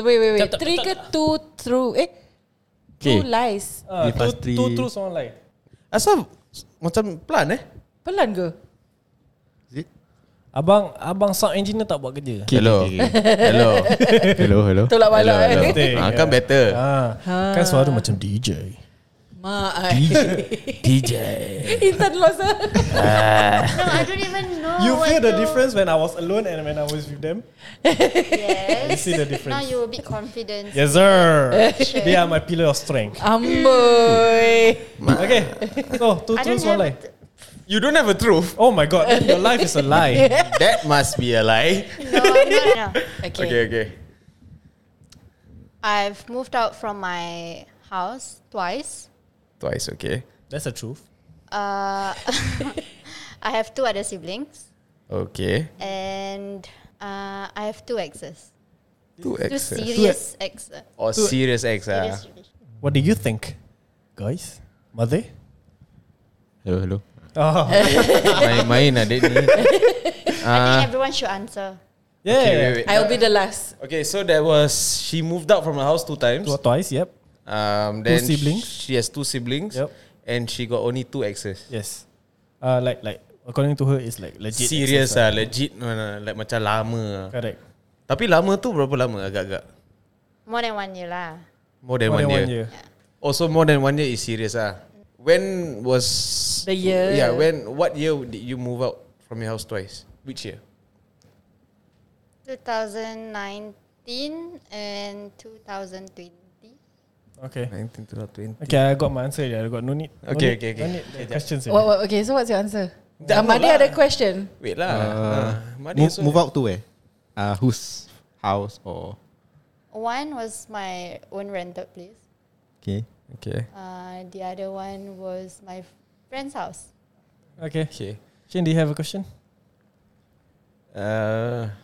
Wait, wait, wait. Tak, tak, Three tak, ke two true? Eh, two lies. Ah, Ni two, pastry. two truths one lie. Asal macam pelan eh? Pelan ke? Abang abang sound engineer tak buat kerja. Okay, hello. hello. hello. Hello. Tolak balak, eh. Betul. Ah, kan better. Ah, kan suara macam DJ. Mak. DJ. Intan lost lah. No, I don't even know. You what feel the to- difference when I was alone and when I was with them? Yes. You see the Now difference. you're a bit confident. Yes sir. They are my pillar of strength. Amboi. Okay. So, two I don't truths one lie. have. t- You don't have a truth. Oh my god, then your life is a lie. That must be a lie. No, I'm not. No. Okay. Okay, okay. I've moved out from my house twice. Twice, okay. That's the truth. Uh, I have two other siblings, Okay. and uh, I have two exes. Two Two exes. serious exes. Or serious ex ah. Serious relationship. What do you think? Guys? Mother? Hello, hello. Oh. Main-main lah date ni. I Ah, think everyone should answer. Yeah. okay, wait, wait. I'll be the last. Okay, so that was she moved out from her house two times. Tw- Twice, yep. Um, then siblings. She has two siblings. Yep. And she got only two exes. Yes. Uh, like like according to her it's like legit. Serious exes ah, legit no, no, like macam lama. ah. lah. Correct. Tapi lama tu berapa lama agak-agak? More than one year lah. More than, one, More than year. one year. Also more than one year is serious ah. When was The year. Yeah, when what year did you move out from your house twice? Which year? 2019 and 2020. Okay. 19 to 20. Okay, I got my answer. Yeah, I got no need. no Okay, need- okay, okay. No need the questions. What, already. what, okay, so what's your answer? Dah Amadi lah. ada question. Wait lah. Uh, Ah, move, so- move out to where? Uh, whose house or One was my own rented place. okay? Okay. Uh, the other one was my friend's house. Okay. Okay. Shane, do you have a question? Uh,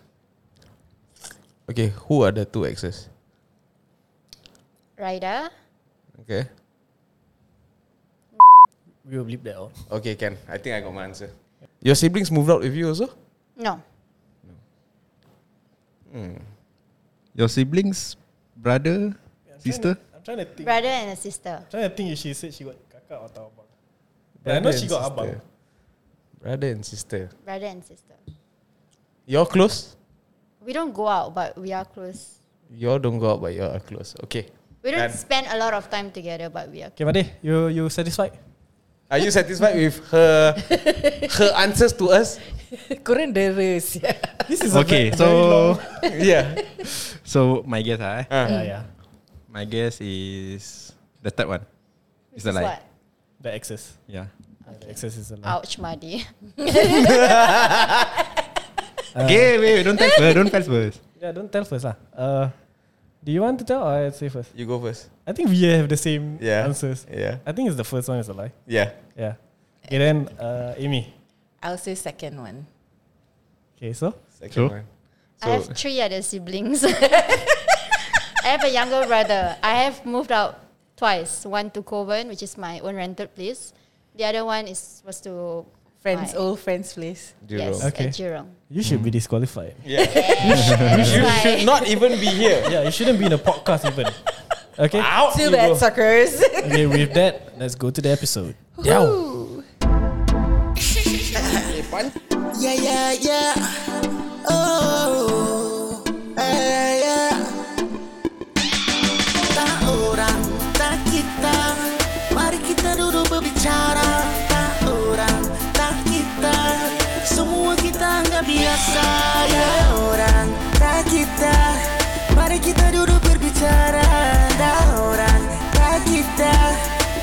okay, who are the two exes? Rida. Okay. We will bleep that out. Okay, can. I think I got my answer. Your siblings moved out with you also? No. Your siblings, brother, sister? I'm trying to think. Brother and a sister. I'm trying to think if she said she got kakak atau abang. But I know she and got sister. abang. Brother and sister. Brother and sister. You're close? We don't go out, but we are close. You don't go out, but you are close. Okay. We don't Done. spend a lot of time together, but we are. Okay, Made, you you satisfied? Are you satisfied with her her answers to us? Korang dera siap. This is Okay, so Yeah. Uh-huh. so my guess ah, eh? Mm. yeah, yeah. my guess is the third one. This It's a is lie. what? The excess. Yeah. The excess is a lie. Ouch, Madi. okay, wait, wait, don't tell first. Don't tell first. Yeah, don't tell first lah. Uh, do you want to tell or I say first? You go first. I think we have the same Yeah. answers. Yeah. I think it's the first one is a lie. Yeah. Yeah. Okay, then uh, Amy. I'll say second one. Okay, so Second True. one. I have three other siblings. I have a younger brother. I have moved out twice. One to Coven, which is my own rented place. The other one is was to Friends, my, old friends place. yes, Jerome. Okay. at Jurong. you should be disqualified. Yeah. That's you why- should not even be here. yeah, you shouldn't be in a podcast even. Okay. Out Too you bad, go. suckers. Okay, with that, let's go to the episode. Woo. Yeah, yeah, yeah. Oh, eh, yeah. Tak orang, tak kita. Mari kita duduk berbicara. Tak orang, tak kita. Semua kita anggap biasa. Ya orang, tak kita. Mari kita duduk berbicara. Tak orang, tak kita.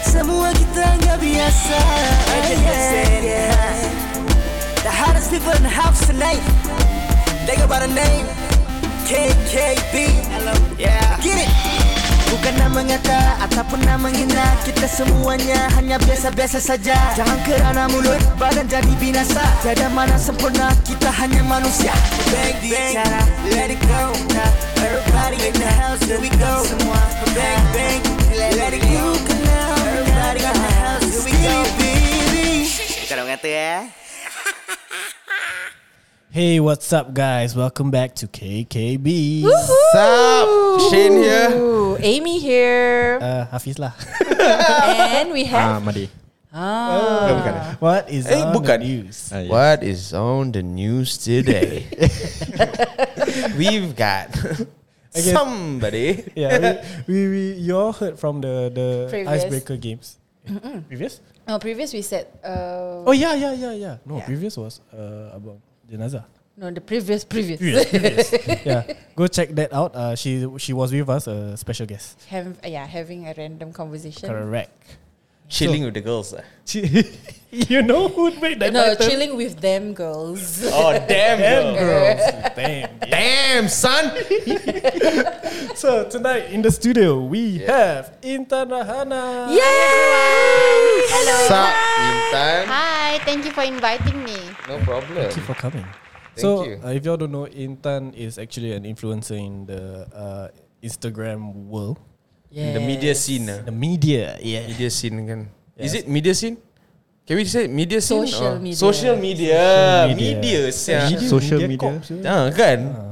Semua kita anggap biasa. Yeah, yeah. The hottest people in the house tonight. They go by the name KKB. Yeah. Get it. Bukan nak mengata ataupun nak menghina Kita semuanya hanya biasa-biasa saja Jangan kerana mulut badan jadi binasa Tiada mana sempurna, kita hanya manusia Bang, bicara, let it go Now, Everybody in the house, here we go Semua, bang, bang, let it go Now, Everybody in the house, here we go Baby Kau orang kata eh Hey, what's up, guys? Welcome back to KKB. Sup? Shane here. Ooh, Amy here. Uh, Hafiz lah. and we Ah, have Madi. ah, Bukan, bukan. what is Eh, on bukan. the news? Ah, yes. What is on the news today? We've got Okay. somebody. yeah, we, we, we you all heard from the the Previous. icebreaker games. Previous? no, previous we said uh, Oh yeah, yeah, yeah, yeah. No, Yeah. previous was uh about jenazah. no the previous previous. yeah, go check that out. Uh, she she was with us, a special guest. Have, yeah, having a random conversation. Correct. Chilling with the girls. ah. She, you know who made that? No, title? chilling with them girls. Oh, damn, Damn, girl. girls. Damn. Damn, son. So tonight in the studio we have Intan Rahana. Yay! Sup, Intan? Hi, thank you for inviting me. No problem. Thank you for coming. Thank so, you. Uh, if y'all don't know, Intan is actually an influencer in the uh, Instagram world, The media scene. ah. the eh? media. Yeah. Media scene kan Is it media scene? Can we say media scene? Social Ah. media. Social media Social media. Media siap Social media. corp. Ah, kan? Uh,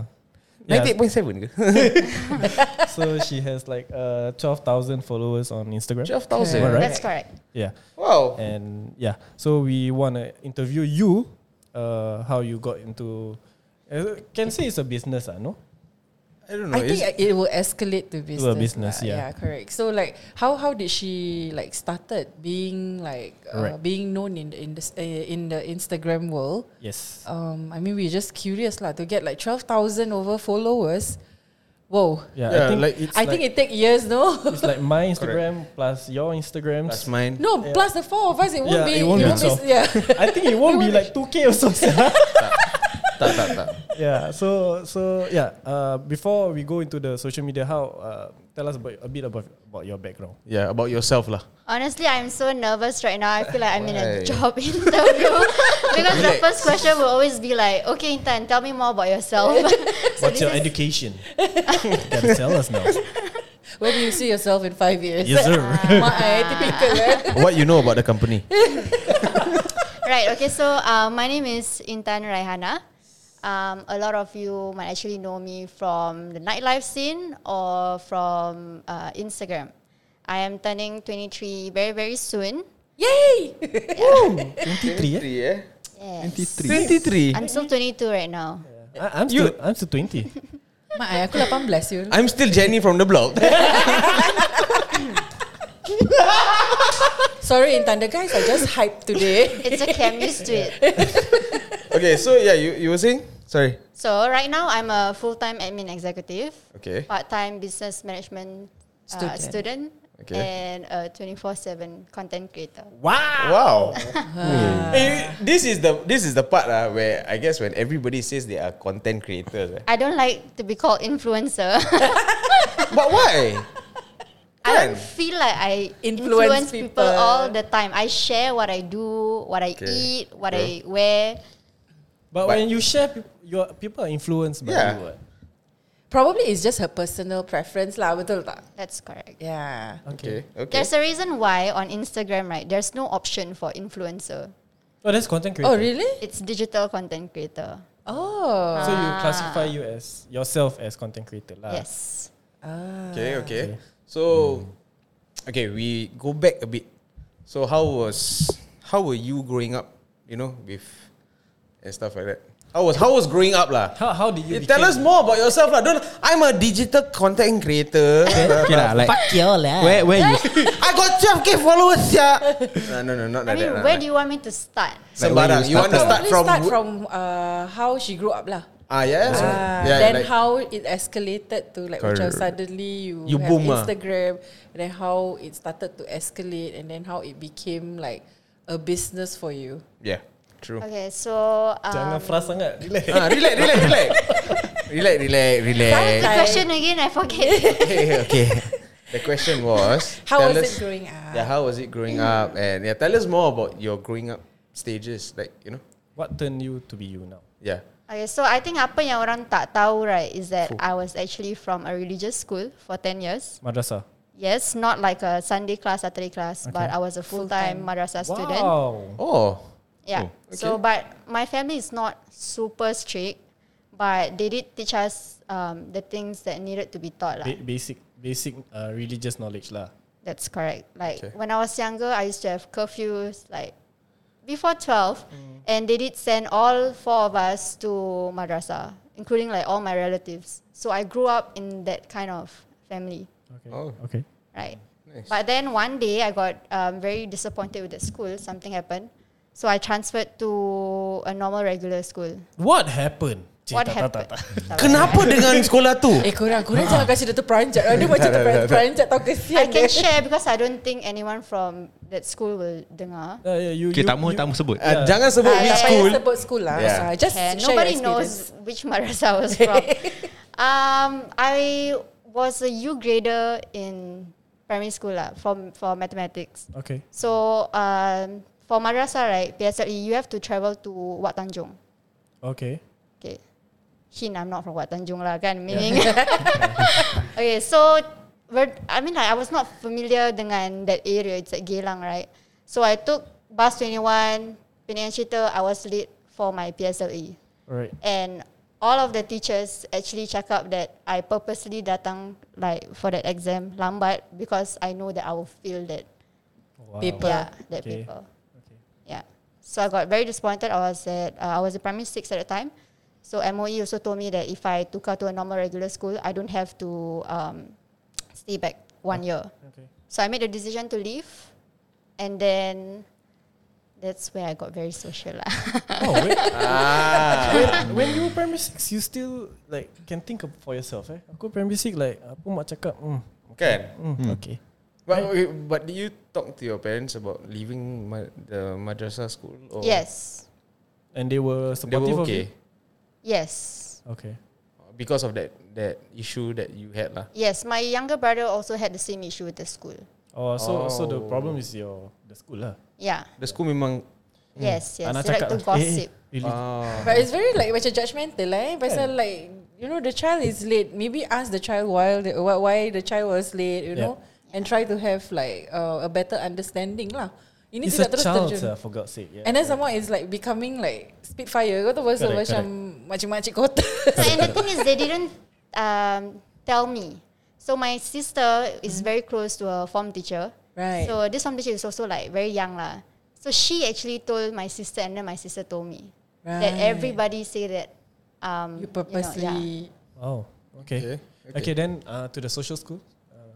Yeah. 98.7 ke? so she has like uh, twelve thousand followers on Instagram. 12,000 Alright. That's correct. Yeah, Wow and yeah. So we wanna interview you. Uh, how you got into? Uh, can say it's a business, ah, no? I don't know I think is- it will escalate to business. a business, lah. yeah. yeah, correct. So like, how how did she like started being like uh, Correct. being known in the in the, uh, in the Instagram world? Yes. Um, I mean, we're just curious lah to get like twelve thousand over followers. Whoa, Yeah, Yeah, I think like it's I think it take years, no? it's like my Instagram plus your Instagram. That's mine no, plus the four of us, it won't Yeah, be. it won't be be so. yeah. I think it won't be like two K or something. Tak, tak, tak yeah. So so yeah. Uh, before we go into the social media, how uh, tell us about, a bit about about your background. Yeah, about yourself lah Honestly, I'm so nervous right now. I feel like I'm in Why? a job interview because the Relax. first question will always be like, "Okay, Intan, tell me more about yourself." So What's this your is- education? Gotta tell us now. Where do you see yourself in five years? Yes, sir. Ah. Mak, eh, typical. eh. What you know about the company? right. Okay. So uh, my name is Intan Raihana. Um, a lot of you might actually know me from the nightlife scene or from uh, Instagram. I am turning 23 very very soon. Yay! Twenty three. Eh? eh? Yes. 23 I'm still 22 right now. I- I'm You- still I'm still twenty. Mak, eh, aku 18 you. I'm still Jenny from the block Sorry, Intan, the guys are just hyped today. It's okay. I'm used to it. Okay, so yeah, you, you were saying? Sorry So right now I'm a full-time admin executive, Okay part-time business management uh, Student. student, Okay. and a 24/7 content creator. Wow. Eh, this is the this is the part uh, where I guess when everybody says they are content creators. eh. I don't like to be called influencer. But why? I don't Kan? feel like I Influence influence, people. people. all the time. I share what I do, what I Okay. eat, what Okay. I wear. But, But- when you share, peop- your people are influenced by Yeah. you. what? Probably it's just her personal preference lah, betul tak? That's correct. Yeah. Okay. Okay. There's a reason why on Instagram, right? There's no option for influencer. Oh, that's content creator. Oh really? It's digital content creator. Oh. So you classify you as yourself as content creator, lah. Ah. Yes. Okay, okay. So okay, we go back a bit. So how was how were you growing up, you know, with and stuff like that? How was how was growing up lah? How how did you Eh, Tell us more about yourself lah. Don't I'm a digital content creator. Okay lah, like your lah. where where you I got 12k followers yeah. No, no, no, not like I mean, that. lah. where do you want me to start? Sembarang. Like where you You want to start Probably from? start from, uh, how she grew up lah. ah, yeah. so- Ah, yeah, then like- how it escalated to like macam Correct. suddenly you, You have boom ah. Instagram and then how it started to escalate and then how it became like a business for you. Yeah, true. Okay, so Jangan um, frust sangat. Relax. Ah, relax, relax, relax. relax, relax, relax. the question again, I forget. Okay, okay. The question was How tell was us, it growing up? Yeah, how was it growing up? And yeah, tell us more about your growing up stages. Like, you know? What turned you to be you now? Yeah. okay, so I think apa yang orang tak tahu right is that I was actually from a religious school for 10 years. Madrasah. Yes, not like a Sunday class, Saturday class, but I was a full-time madrasah student. Wow. Oh. Yeah. Oh, So, but my family is not super strict, but they did teach us um, the things that needed to be taught. lah. Ba- basic basic uh, religious knowledge lah. That's correct. Like Okay. when I was younger, I used to have curfews like before 12, Mm. and they did send all four of us to madrasah, including like all my relatives. So I grew up in that kind of family, Okay. Oh. Okay. right? Nice. But then one day I got um, very disappointed with the school. Something happened. So I transferred to a normal regular school. What happened? Cik, What tak, tak, happened? tak, tak. Tak Kenapa dengan sekolah tu? Eh korang Korang jangan kasi dia terperanjat Dia macam terperanjat Tau I kesian dia can share because I don't think anyone from that school will dengar. Uh, yeah, you, Okay, you, tak mahu you- tak mahu sebut. Uh, Jangan sebut Ah, Tak which yeah. payah school. sebut school lah Yeah. Ah, Just And share Uh, nobody your experience. knows which madrasah I was from. um, I was a U grader in primary school lah, for, for mathematics. Okay. So um, for madrasah, right, PSLE, E, you have to travel to Wat Tanjung. Okay. Okay. Hint, I'm not from Wat Tanjung lah kan, meaning. okay, so we're, I mean like I was not familiar dengan that area. It's at Geylang, right? So I took bus 21, Penang Cerita, I was late for my PSLE. Alright. And all of the teachers actually cakap that I purposely datang like for that exam lambat because I know that I will fail that Wow. Paper. yeah that Okay. paper. Okay. Yeah. So I got very disappointed. I was at uh, I was in primary six at the time. So MOE also told me that if I took out to a normal regular school, I don't have to um, stay back one year. Okay. So I made the decision to leave, and then that's where I got very social lah. Oh, wait. Ah. when, when you were primary six, you still like can think of for yourself. Eh, aku primary six like apa mak cakap, hmm, Kan? hmm, okay. But, okay, but did you talk to your parents about leaving ma- the madrasah school? Oh. Or yes, And they were They supportive were okay. yes. of you. Okay. Because of that that issue that you had lah. Yes, my younger brother also had the same issue with the school. Oh, so so the Oh. problem is your the school lah. Yeah. The school memang Hmm. Yes, yes. Anak They like cakap to lah, eh, eh, gossip. really? ah. But it's very like macam judgmental lah eh. Pasal like you know the child is late. Maybe ask the child why the, why why the child was late. You Yeah. know, and try to have like uh, a better understanding lah. Ini It's a tidak terus child, terjun. uh, for God's sake. Yeah. And then someone is like becoming like speedfire. Kau tahu pasal Correct, macam macam-macam kota. So, and the thing is, they didn't um, tell me. So my sister is very close to a form teacher. Hmm. Right. So this form teacher is also like very young lah. So she actually told my sister, and then my sister told me that Right. everybody say that. you Um, know, purposely yeah. Oh, okay. Okay, Okay, okay. then uh, to the social school.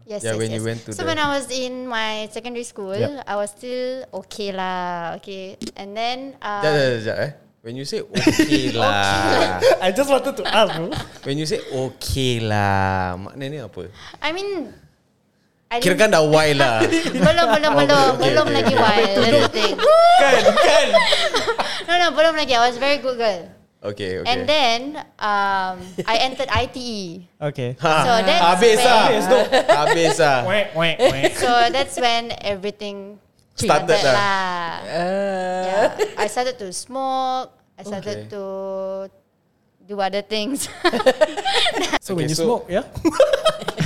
Yes, Yeah, yes, when yes. you went to so the- when I was in my secondary school, Yeah. I was still okay lah, okay. And then um, Jap, jap, jap, jap, eh. When you say okay lah. I just wanted to ask, bro. When you say okay lah, maknanya apa? I mean, I Kira kan didn't- dah why lah. belum belum belum Oh, okay, belum okay, lagi okay. wild. That's the thing. kan, kan. No no belum lagi. I was a very good girl. Okay, okay. And then um, I E. entered ITE. Okay. ha, so that's habis when- lah. Habis lah. So that's when everything Started started lah. lah. Uh, Yeah. I started to smoke. I started Okay. to do other things. Okay, So when you so- smoke, yeah.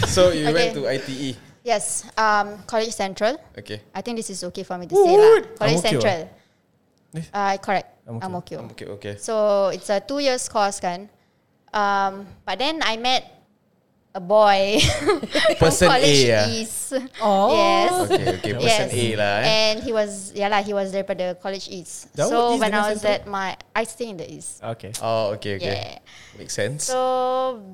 So you went to Okay. ITE. yes. Um, College Central. Okay. I think this is okay for me to say lah. College Ang Mo Kio, Central. eh? Uh, correct. Ang Mo Kio. I'm okay. I'm okay, okay. So it's a two years course kan. Um, but then I met a boy Person A, from College ah. East. Oh. Yes. Okay, okay. Person yes. A lah eh. And he was yeah lah, he was there for the College East. That one so is when the I was central? at my I stay in the East. Okay. Oh, okay, okay. Yeah. Makes sense. So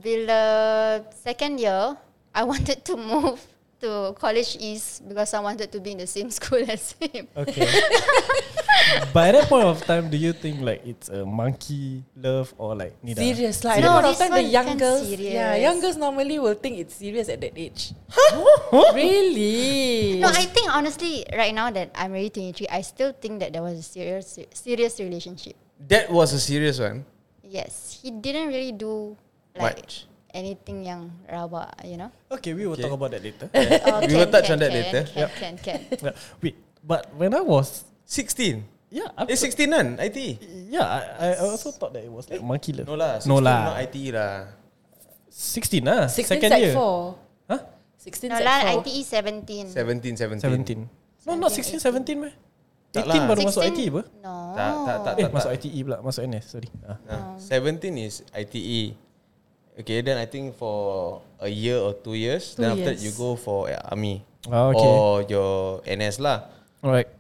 bila second year, I wanted to move to College East because I wanted to be in the same school as him. Okay. By that point of time, do you think like it's a monkey love or like nida? Serious lah. At No, that point of this time, the one young can girls, serious. yeah, young girls normally will think it's serious at that age. really? No, I think honestly, right now that I'm already 23, I still think that there was a serious serious relationship. that was a serious one. Yes, he didn't really do like Much. anything yang rabak, you know. Okay, we will Okay. talk about that later. Oh, We will touch on that can, later. Can, can, can. Yeah. Wait, but when I was 16. yeah, I, Eh, 16 kan? ITE? yeah, I, I also thought that it was like monkey love. No lah. 16 no Not lah. ITE lah. Sixteen ah, 16 second sec year. 4. Huh? 16 No sec lah, 4. E ITE 17. 17, 17. Seventeen. No, not 16, 17 meh. Tak 18 lah. baru masuk IT apa? No. E Tak, tak, tak, Eh tak, masuk tak. ITE pula Masuk NS sorry ah. Ah, 17 is ITE. Okay, then I think for a year or two years, Two then after years. you go for uh, army Ah, okay. or your NS lah. Alright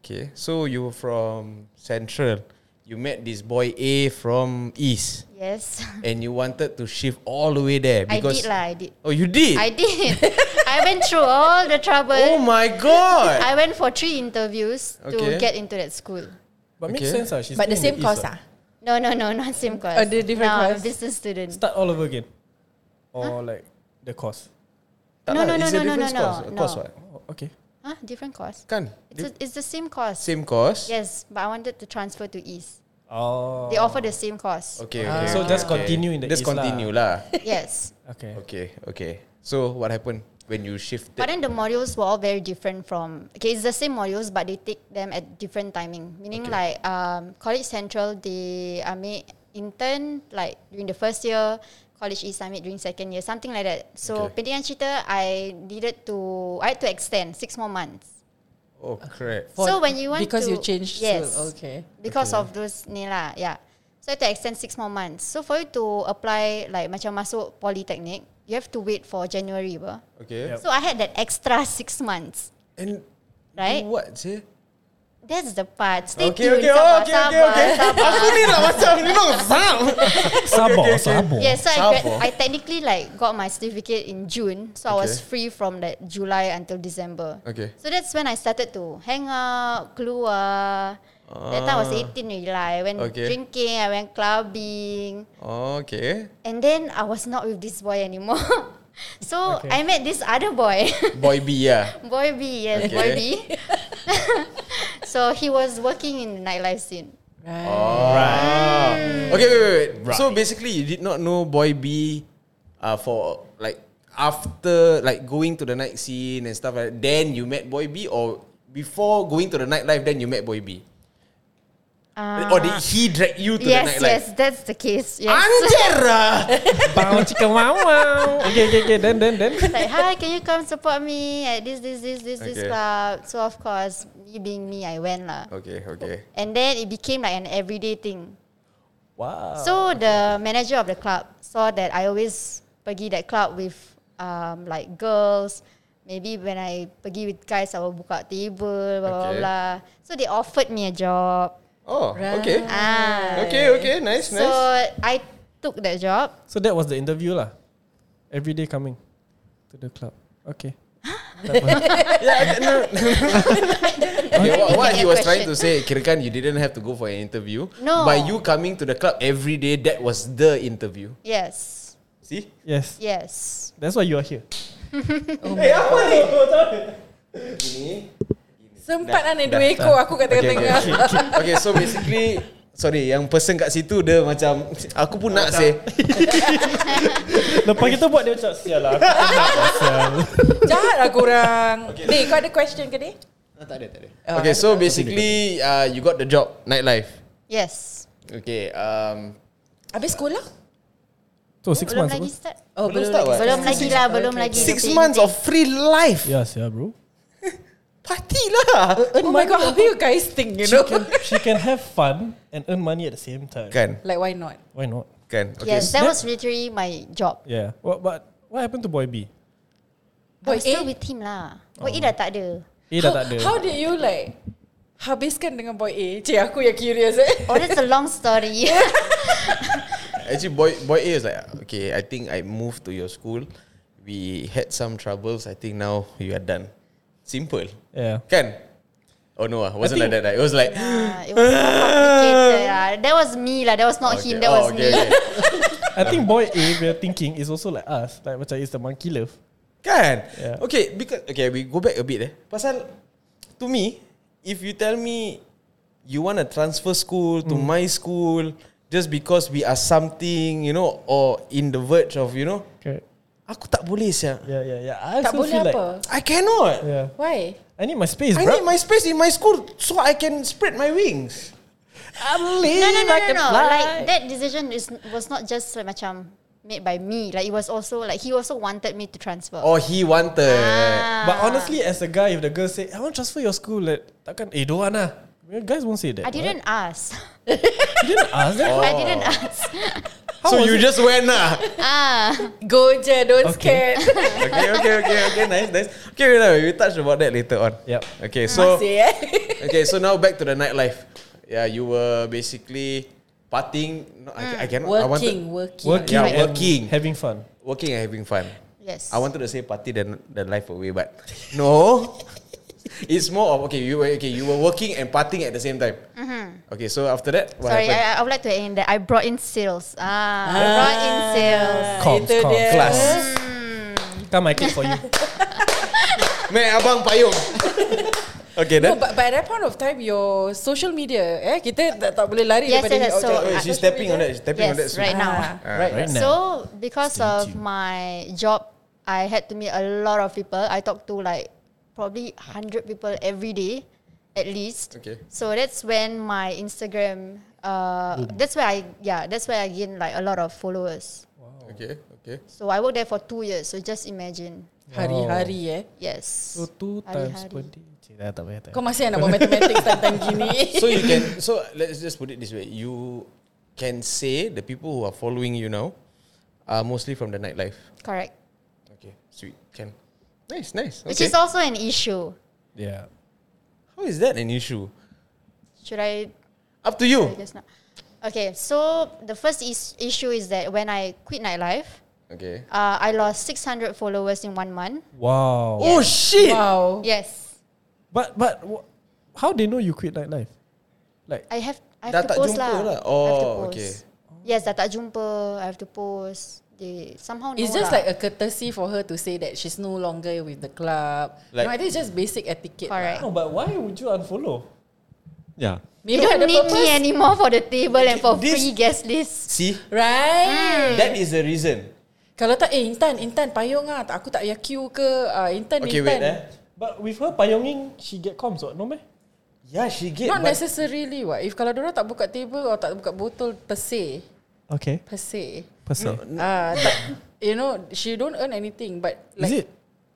Okay, so you were from Central. You met this boy A from East, Yes. and you wanted to shift all the way there I because did lah. I did. Oh, you did. I did. I went through all the trouble. oh my god. I went for three interviews Okay. to get into that school. But makes Okay. sense lah she's But the still in same course east ah. ah. No, no, no, not same course. Oh, the different no, I'm a course. business student. Start all over again Or like The course Tak No, lah, no, no, it's a no, no, different no, course, no. course No. what? oh, Okay Huh? Different course. Kan? It's, a, it's the same course. Same course. Yes, but I wanted to transfer to East. Oh They offer the same course. Okay, Ah. okay. So just okay. continue in the Just east lah. continue lah. Yes. Okay Okay, okay. So what happened when you shifted? But then the modules were all very different from okay, it's the same modules but they take them at different timing. Meaning Okay. like um, College Central they are made intern like during the first year, College East I made during second year, something like that. So Okay. pendingan cerita I needed to I had to extend six more months. oh crap. For- so when you want because to, you changed yes, school, okay. because of those ni lah, yeah. So I have to extend six more months. So for you to apply like macam masuk polytechnic, you have to wait for January, ba. Okay. Yep. So I had that extra six months, And right? what sih? That's the part. Stay Okay, tuned. okay, oh, sabar, okay, okay, okay. sabar, sabar. Aku ni lah macam ni dong sam. okay, Sabor okay. Sabor Yeah, so I, Sabar. grad- I technically like got my certificate in June, so I was free from that July until December. Okay. So that's when I started to hang out, keluar. that time I was 18 already lah. I went Ah. Okay. drinking, I went clubbing. Okay. And then I was not with this boy anymore. so I met this other boy. Boy B ya. boy B, yes, Okay. boy B. so he was working in the nightlife scene. Right. Okay, wait, wait, wait. So basically, you did not know Boy B, uh, for like after like going to the night scene and stuff like that. Then you met Boy B, or before going to the nightlife, then you met Boy B, Uh, or did he drag you to the yes, yes, nightlife? that's the case. Yes. Anjir lah. Bau chicken wow wow Okay okay okay Then then then like, hi, can you come support me at this, this, this, this, this Okay. club? So of course, me being me, I went lah. Okay, okay. And then it became like an everyday thing. Wow So the manager of the club saw that I always pergi that club with um, like girls. Maybe when I pergi with guys, I will book out table, blah, blah, Okay. blah. So they offered me a job. Oh, okay. Mm. Ah. Okay, okay. Nice, so nice. I took that job. So that was the interview lah. Every day coming to the club. Okay. Tak apa. Okay, what, what Get he your was trying to say, question. Kirakan, you didn't have to go for an interview. No. By you coming to the club every day, that was the interview. Yes. See? yes. Yes. That's why you are here. Sempat lah naik dua ekor aku kat Okay, okay, tengah-tengah. okay. okay, so basically, sorry, yang person kat situ dia macam, aku pun nak seh. Lepas kita buat dia macam sial lah. aku tak nak, sial." Jahat lah korang. Ni kau ada question ke ni? Oh, Okay, so basically, uh, you got the job, nightlife. Yes. Okay, um, Habis sekolah? So six belum months lagi ago. start. Oh, Belum start what? Belum lagi lah, belum lagi. six Lebih- months of free life. Yes, yeah, bro. Party lah. Oh my god, how do you guys think, you She know? can, she can have fun and earn money at the same time. Kan, Like, why not? Why not? kan. Okay, Yes, that That- was literally my job. Yeah. What, but what happened to boy B? Boy Boy I was still A? with him lah. Boy A dah tak ada. A dah How, tak ada. how did you like habiskan dengan boy A? Cik, aku yang curious eh. Oh, that's a long story. Actually, boy, boy A is like, okay, I think I moved to your school. We had some troubles. I think now you are done. Simple. Yeah. Can? Oh no, ah, wasn't like that. ah. It was like, Ah, it was so complicated lah. That was me lah. That was not him. That oh, was me. okay. I think boy A we're thinking is also like us. Like macam is the monkey love. Kan? Yeah. Okay, because okay, we go back a bit eh. Pasal to me, if you tell me you want to transfer school to my school just because we are something, you know, or in the verge of, you know, Okay. aku tak boleh sia. Yeah, yeah, yeah. I tak also boleh feel apa? like I cannot. yeah. Why? I need my space, I bro. need my space in my school so I can spread my wings. I'm leaving No, no, no, like no, a no. fly. Like that decision is was not just like macam made by me. Like it was also like he also wanted me to transfer. Oh, he wanted. Ah. But honestly, as a guy, if the girl say, I want to transfer your school, like, takkan, eh, don't want lah. You Guys won't say that. I didn't ask. Right? You didn't ask Oh. that. I didn't ask. so you just went lah. Ah, Go je, don't Okay. scared. okay, okay, okay, okay. Nice, nice. Okay, we we touch about that later on. Yep. Okay, so Masih, eh? okay, so now back to the nightlife. Yeah, you were basically partying. No, I, I Mm, cannot. I wanted, working, working. Working, Yeah, and working. having fun. working and having fun. yes. I wanted to say party the the life away, but no. it's more of okay. You were okay. You were working and partying at the same time. Okay, so after that, what Mm-hmm. Sorry, happened? I, I would like to add in that I brought in sales. Ah, I brought in sales. Oh, Comms, Ah, Itu comms. dia. Class. Come, I click for you. Man, abang payung. okay, No, then. but by that point of time, your social media, eh, kita tak, tak boleh lari Yes, daripada yes, ni. yes. Okay. So, Oh, uh, she's social stepping on media? that. She's stepping on that. Yes, soon. right now. Ah, right right now. So because of my job, I had to meet a lot of people. I talked to like probably hundred people every day, at least. Okay. So that's when my Instagram. Uh, that's where I yeah. That's where I gained like a lot of followers. Okay, okay. So I worked there for two years. So just imagine. Hari-hari, Oh. eh. Yes. So two Hari-hari. times per day. Cik, dah tak payah tak Kau masih nak buat mathematics time-time gini. so you can so let's just put it this way you can say the people who are following you now are mostly from the nightlife Correct. okay sweet can nice nice okay. Which is also an issue. Yeah. how is that an issue Should I up to I you guess not. Okay, so the first is- issue is that when I quit nightlife, okay uh, I lost 600 followers in one month. Wow. oh shit wow. Yes, But but wh- how they know you quit nightlife? Like I have I Dah have to tak post jumpa lah. lah. I have Oh, to post. okay. Yes, dah tak jumpa. I have to post. They somehow It's know just lah. like a courtesy for her to say that she's no longer with the club. no, Like- I think it's just basic etiquette. lah. correct. no, but why would you unfollow? Yeah. You Maybe don't ada need me purpose. anymore for the table and for This- free guest list. see Mm. Right? that is the reason Kalau tak, eh Intan, Intan payung ah. Tak, aku tak payah queue ke. Ah, Intan, okay Intan. wait eh But with her payonging, she get comms what? No meh? yeah she get Not but necessarily what. If kalau diorang tak buka table or tak buka botol per se. Okay. Per se. Person. Ah, tak, you know, she don't earn anything but like Is it?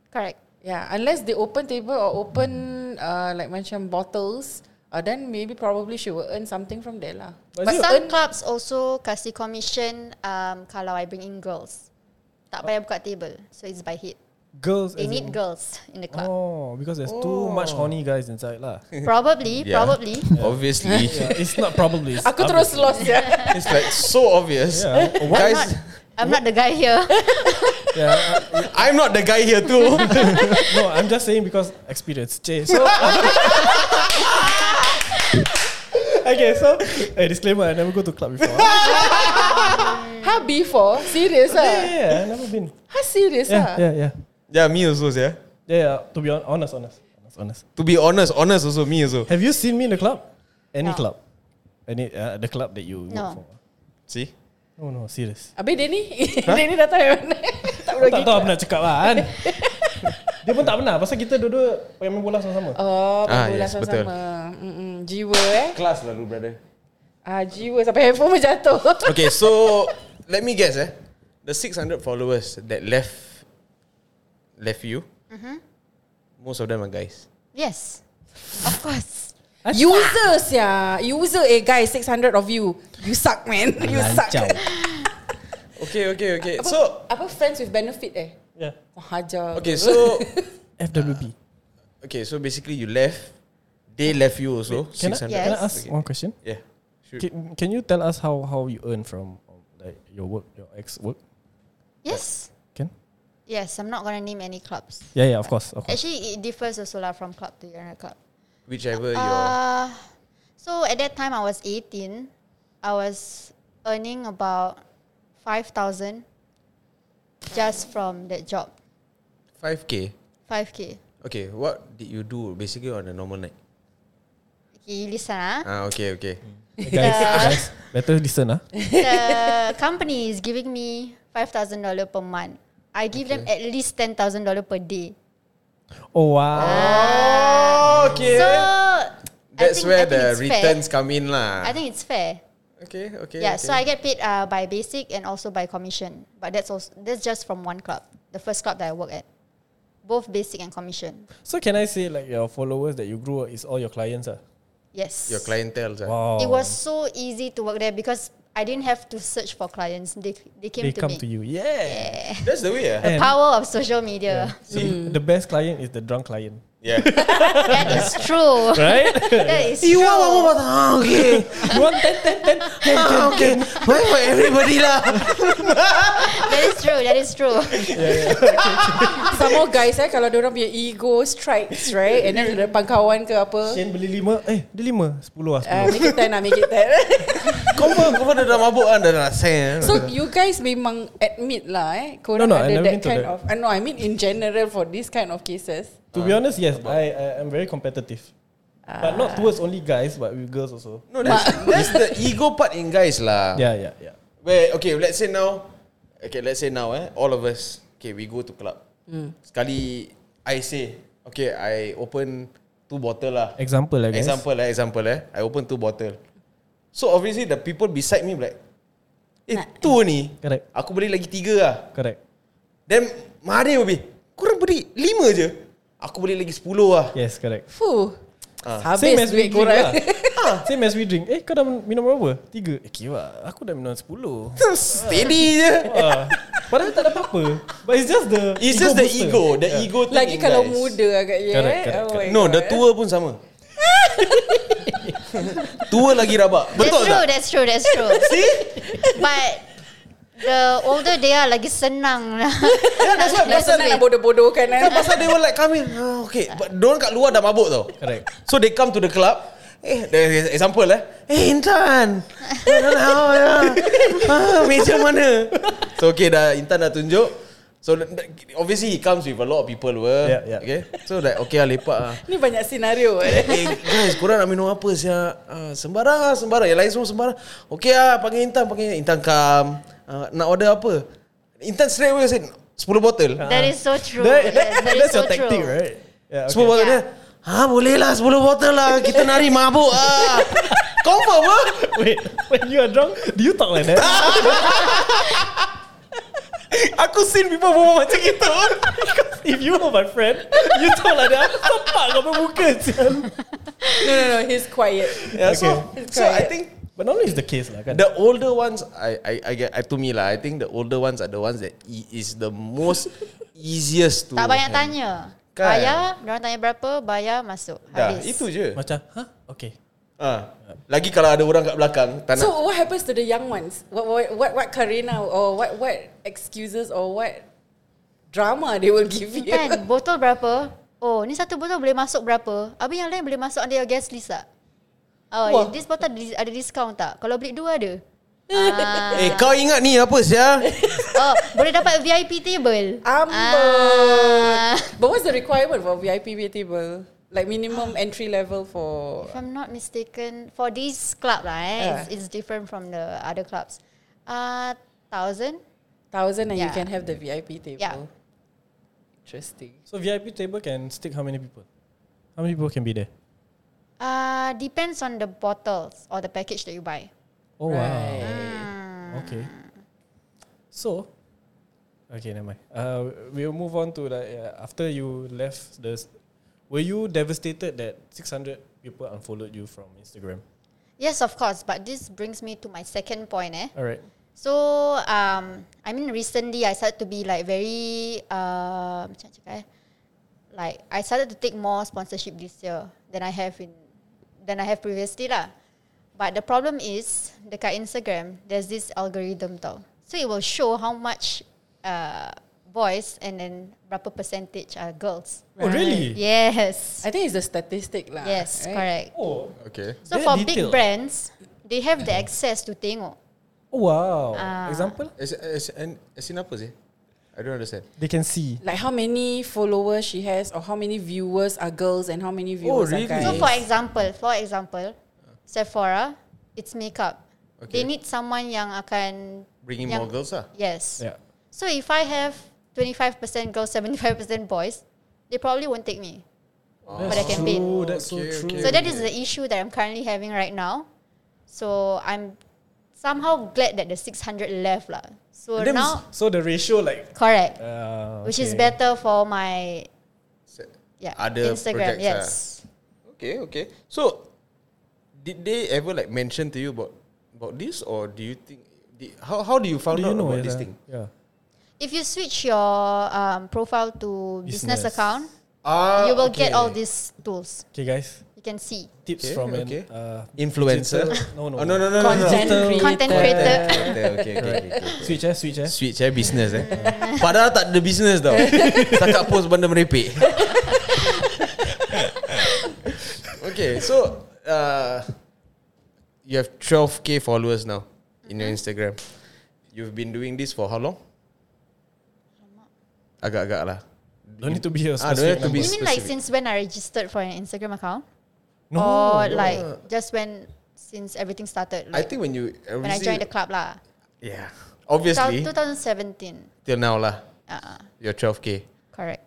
Correct. Yeah, unless they open table or open uh, like macam bottles, uh, then maybe probably she will earn something from there lah. But But is it- some clubs also kasih commission um, kalau I bring in girls. Tak payah buka table. So it's by hit. girls. They as in- need girls in the club. Oh, because there's too much horny guys inside lah. Probably, Yeah. probably. obviously it's not probably. It's Aku terus obvious. lost ya. it's like so obvious Yeah. guys I'm not the guy here. Yeah. I- I'm not the guy here too no, I'm just saying because experience. Jay, so Okay, so hey, disclaimer, I never go to club before. yeah, ha before serious ah. yeah, yeah, I never been. Ha serious Yeah, ah. yeah, yeah. yeah me also yeah Yeah, yeah. To be hon- honest, honest, honest, honest. to be honest honest also me also Have you seen me in the club? Any No. club? Any uh, the club that you No. work for? see No, Oh, no, serious. Abis dia ni, dia ni datang dari mana? tak Aku boleh tak pergi. tahu apa nak cakap lah kan. Dia pun tak pernah Pasal kita dua-dua Pengen main bola sama-sama Oh, Ah, berbulan yes, betul. sama-sama. Mm-mm, jiwa eh. class lah lu brother Ah, jiwa sampai handphone pun jatuh. Okay, so let me guess. Eh, the 600 followers that left left you, Mm-hmm. most of them are guys. yes. Of course. Users ya. User eh guys, 600 of you. You suck man. You suck. Lancau. Okay, okay, okay. Apa, So apa friends with benefit eh? Yeah Oh, hajar. okay, so FWB okay, so basically you left. They left you also. Can I, 600. Yes. can I ask one question? Yeah. Shoot. Can, can you tell us how, how you earn from um, like your work, your ex work? Yes. Can? Yes, I'm not gonna name any clubs. Yeah, yeah, of course, of course. Actually, it differs also lah from club to another club. Whichever your Uh, so at that time I was 18. I was earning about 5,000 just from that job. 5k. 5k. Okay, what did you do basically on a normal night? Okay, listen ah. Ah, okay, okay. guys, guys, better listen ah. The company is giving me $5,000 per month. I give them at least $10,000 per day. Oh wow. Oh, okay. So, I That's think- where I think the it's fair. returns come in lah. I think it's fair. Okay, okay. yeah, okay. so I get paid uh, by basic and also by commission, but that's also that's just from one club, the first club that I work at, both basic and commission. So can I say like your followers that you grew is all your clients ah? Yes, your clientele. ah. Wow. It was so easy to work there because I didn't have to search for clients; they they came they to come me. to you. Yeah. That's the way. ah. And Power of social media. See, the best client is the drunk client, Yeah. that is true. right? that is true. Ah, okay. you want ten, ten, ten. Ah, okay. Why for everybody lah? that is true. That is true. Some more guys eh Kalau diorang punya ego strikes right And then ada pangkawan ke apa Shane beli lima, eh dia lima, sepuluh lah uh, sepuluh. Make it ten lah Make it ten Confirm, confirm dia dah mabuk kan, dah nak sayang. So you guys memang admit lah eh Korang No, no, I ada never that been to kind that. of uh, No I mean in general For this kind of cases to be Uh, honest, yes, I, I am very competitive, but Ah. not towards only guys, but with girls also. No, that's, that's the ego part in guys lah. Yeah, yeah, yeah. Where okay, let's say now, okay, let's say now, eh, all of us, okay, we go to club. Sekali I say, okay, I open two bottle lah. Example, I guess. Example lah, example eh. I open two bottle. So obviously the people beside me be like, eh two ni, Correct. aku beli lagi tiga lah. Correct. Then Mahathir will be, korang beli lima je. Aku beli lagi sepuluh lah. Yes, correct. Fuh Ah. Same Habis as we duit drink korang lah. Same as we drink. Eh, kau dah minum berapa? Tiga. Eh, kira aku dah minum sepuluh. Steady je. Wah. Ah. Padahal tak ada apa-apa. But it's just the It's just the booster. ego, the ego thing Lagi in kalau guys. muda agaknya Correct, eh. correct, Oh correct. my No, God. the tua pun sama. tua lagi rabak. That's Betul true. tak? That's true. That's true. See, but the older they are, lagi senang. lah. That's what That's nak bodoh-bodohkan eh. Kan pasal they were like coming. Oh, okay, but diorang kat luar dah mabuk tau. Correct. So they come to the club. Eh, the- example eh. Eh, Intan. How ya? Ah, meja mana? So okay, dah Intan dah tunjuk. So the- the- obviously he comes with a lot of people were. Yeah, yeah. Okay. So like okay ah lepak ah. Ni banyak senario eh. Eh guys korang nak minum apa sia uh, Sembarang lah sembarang Yang lain semua sembarang Okay lah panggil Intan Panggil Intan come uh, Nak order apa Intan straight away say 10 botol uh, That is so true. That, Yes, that is that's your so tactic, true. right? Yeah, 10 botol dia Yeah. Ha boleh lah 10 botol lah Kita nari mabuk ah. Confirm ah Wait, when you are drunk, do you talk like that? Aku seen people berbual macam gitu if you were my friend, you talk like that. Aku sepak kau punya muka. sial. No no no, he's quiet. yeah, so, Okay. so I think But normally it's the case lah kan? The older ones, I, I, I get, I, to me lah, I think the older ones are the ones that e- is the most easiest to. Tak banyak handle. tanya. Kan? Bayar, orang tanya berapa, bayar masuk. Dah, Habis. itu je. Macam, huh? Okay. Ah. Lagi kalau ada orang kat belakang tak nak. So what happens to the young ones? What what what, what Karina or what what excuses or what drama they will give you? Kan, botol berapa? Oh, ni satu botol boleh masuk berapa? Habis yang lain boleh masuk ada your guest list tak? Wah. Oh, this botol ada, ada discount tak? Kalau beli dua ada. Ah. eh kau ingat ni apa sia? oh, boleh dapat VIP table. Ah. Amboi. But what's the requirement for VIP table? Like minimum Ah. entry level for If I'm not mistaken, for this club lah, eh, it's, Ah. it's different from the other clubs. Ah, uh, thousand. thousand, and you Yeah. can have the VIP table. Yeah. Interesting. So VIP table can stick how many people? How many people can be there? Ah, uh, depends on the bottles or the package that you buy. Oh, Right. Ah. wow. Okay. So, okay, never mind. Uh, we'll move on to that. Uh, after you left the, s- were you devastated that 600 people unfollowed you from Instagram? Yes, of course. But this brings me to my second point. Eh. All right. So, um, I mean, recently I started to be like very, uh, macam nak cakap eh, like I started to take more sponsorship this year than I have in than I have previously lah. But the problem is dekat Instagram there's this algorithm tau. So it will show how much uh, boys and then berapa percentage are girls. Oh, really? Yes. I think it's the statistic lah. Yes, right? correct. Oh, Okay. So that for big detailed. brands, they have the access to tengok. Oh, wow. Ah. Example? As, as, and, as in apa sih? I don't understand. They can see. Like how many followers she has, or how many viewers are girls, and how many Oh, viewers really? are guys. So for example, for example, Sephora, it's makeup. They Okay. need someone yang akan Bringing yang, more girls lah. Yes. Yeah. So if I have 25% girls, 75% boys, they probably won't take me. That's I can be. true. That's Oh, Okay, so true. okay. So that is the issue that I'm currently having right now. So I'm somehow glad that the 600 left lah. So That means- now, so the ratio like correct, uh, which okay. is better for my Se- yeah Other Instagram. projects yes, Okay, okay. So, did they ever like mention to you about about this, or do you think? Did, how how do you How found do you out know about this yeah. thing? Yeah. if you switch your um, profile to business, Business. account, Ah, you will get okay. all these tools. Okay, guys. You can see Tips Okay, from okay. an uh, influencer. digital- No, no. Oh, no, no, no, no, no. Content Digital- creator. content creator. okay, okay, okay, okay, okay. Switch eh, switch eh. Switch eh business eh Padahal tak ada business tau Setakat post benda merepek Okay so uh, You have 12k followers now In Mm-hmm. your Instagram You've been doing this for how long? Agak-agak lah Don't need to be a Ah, don't specific have to be You mean like specific. since when I registered for an Instagram account, eh. No. or Oh, like just when since everything started? I Like think when you when I joined the club lah. Yeah Obviously 2017. Till now lah Uh, You're 12k correct.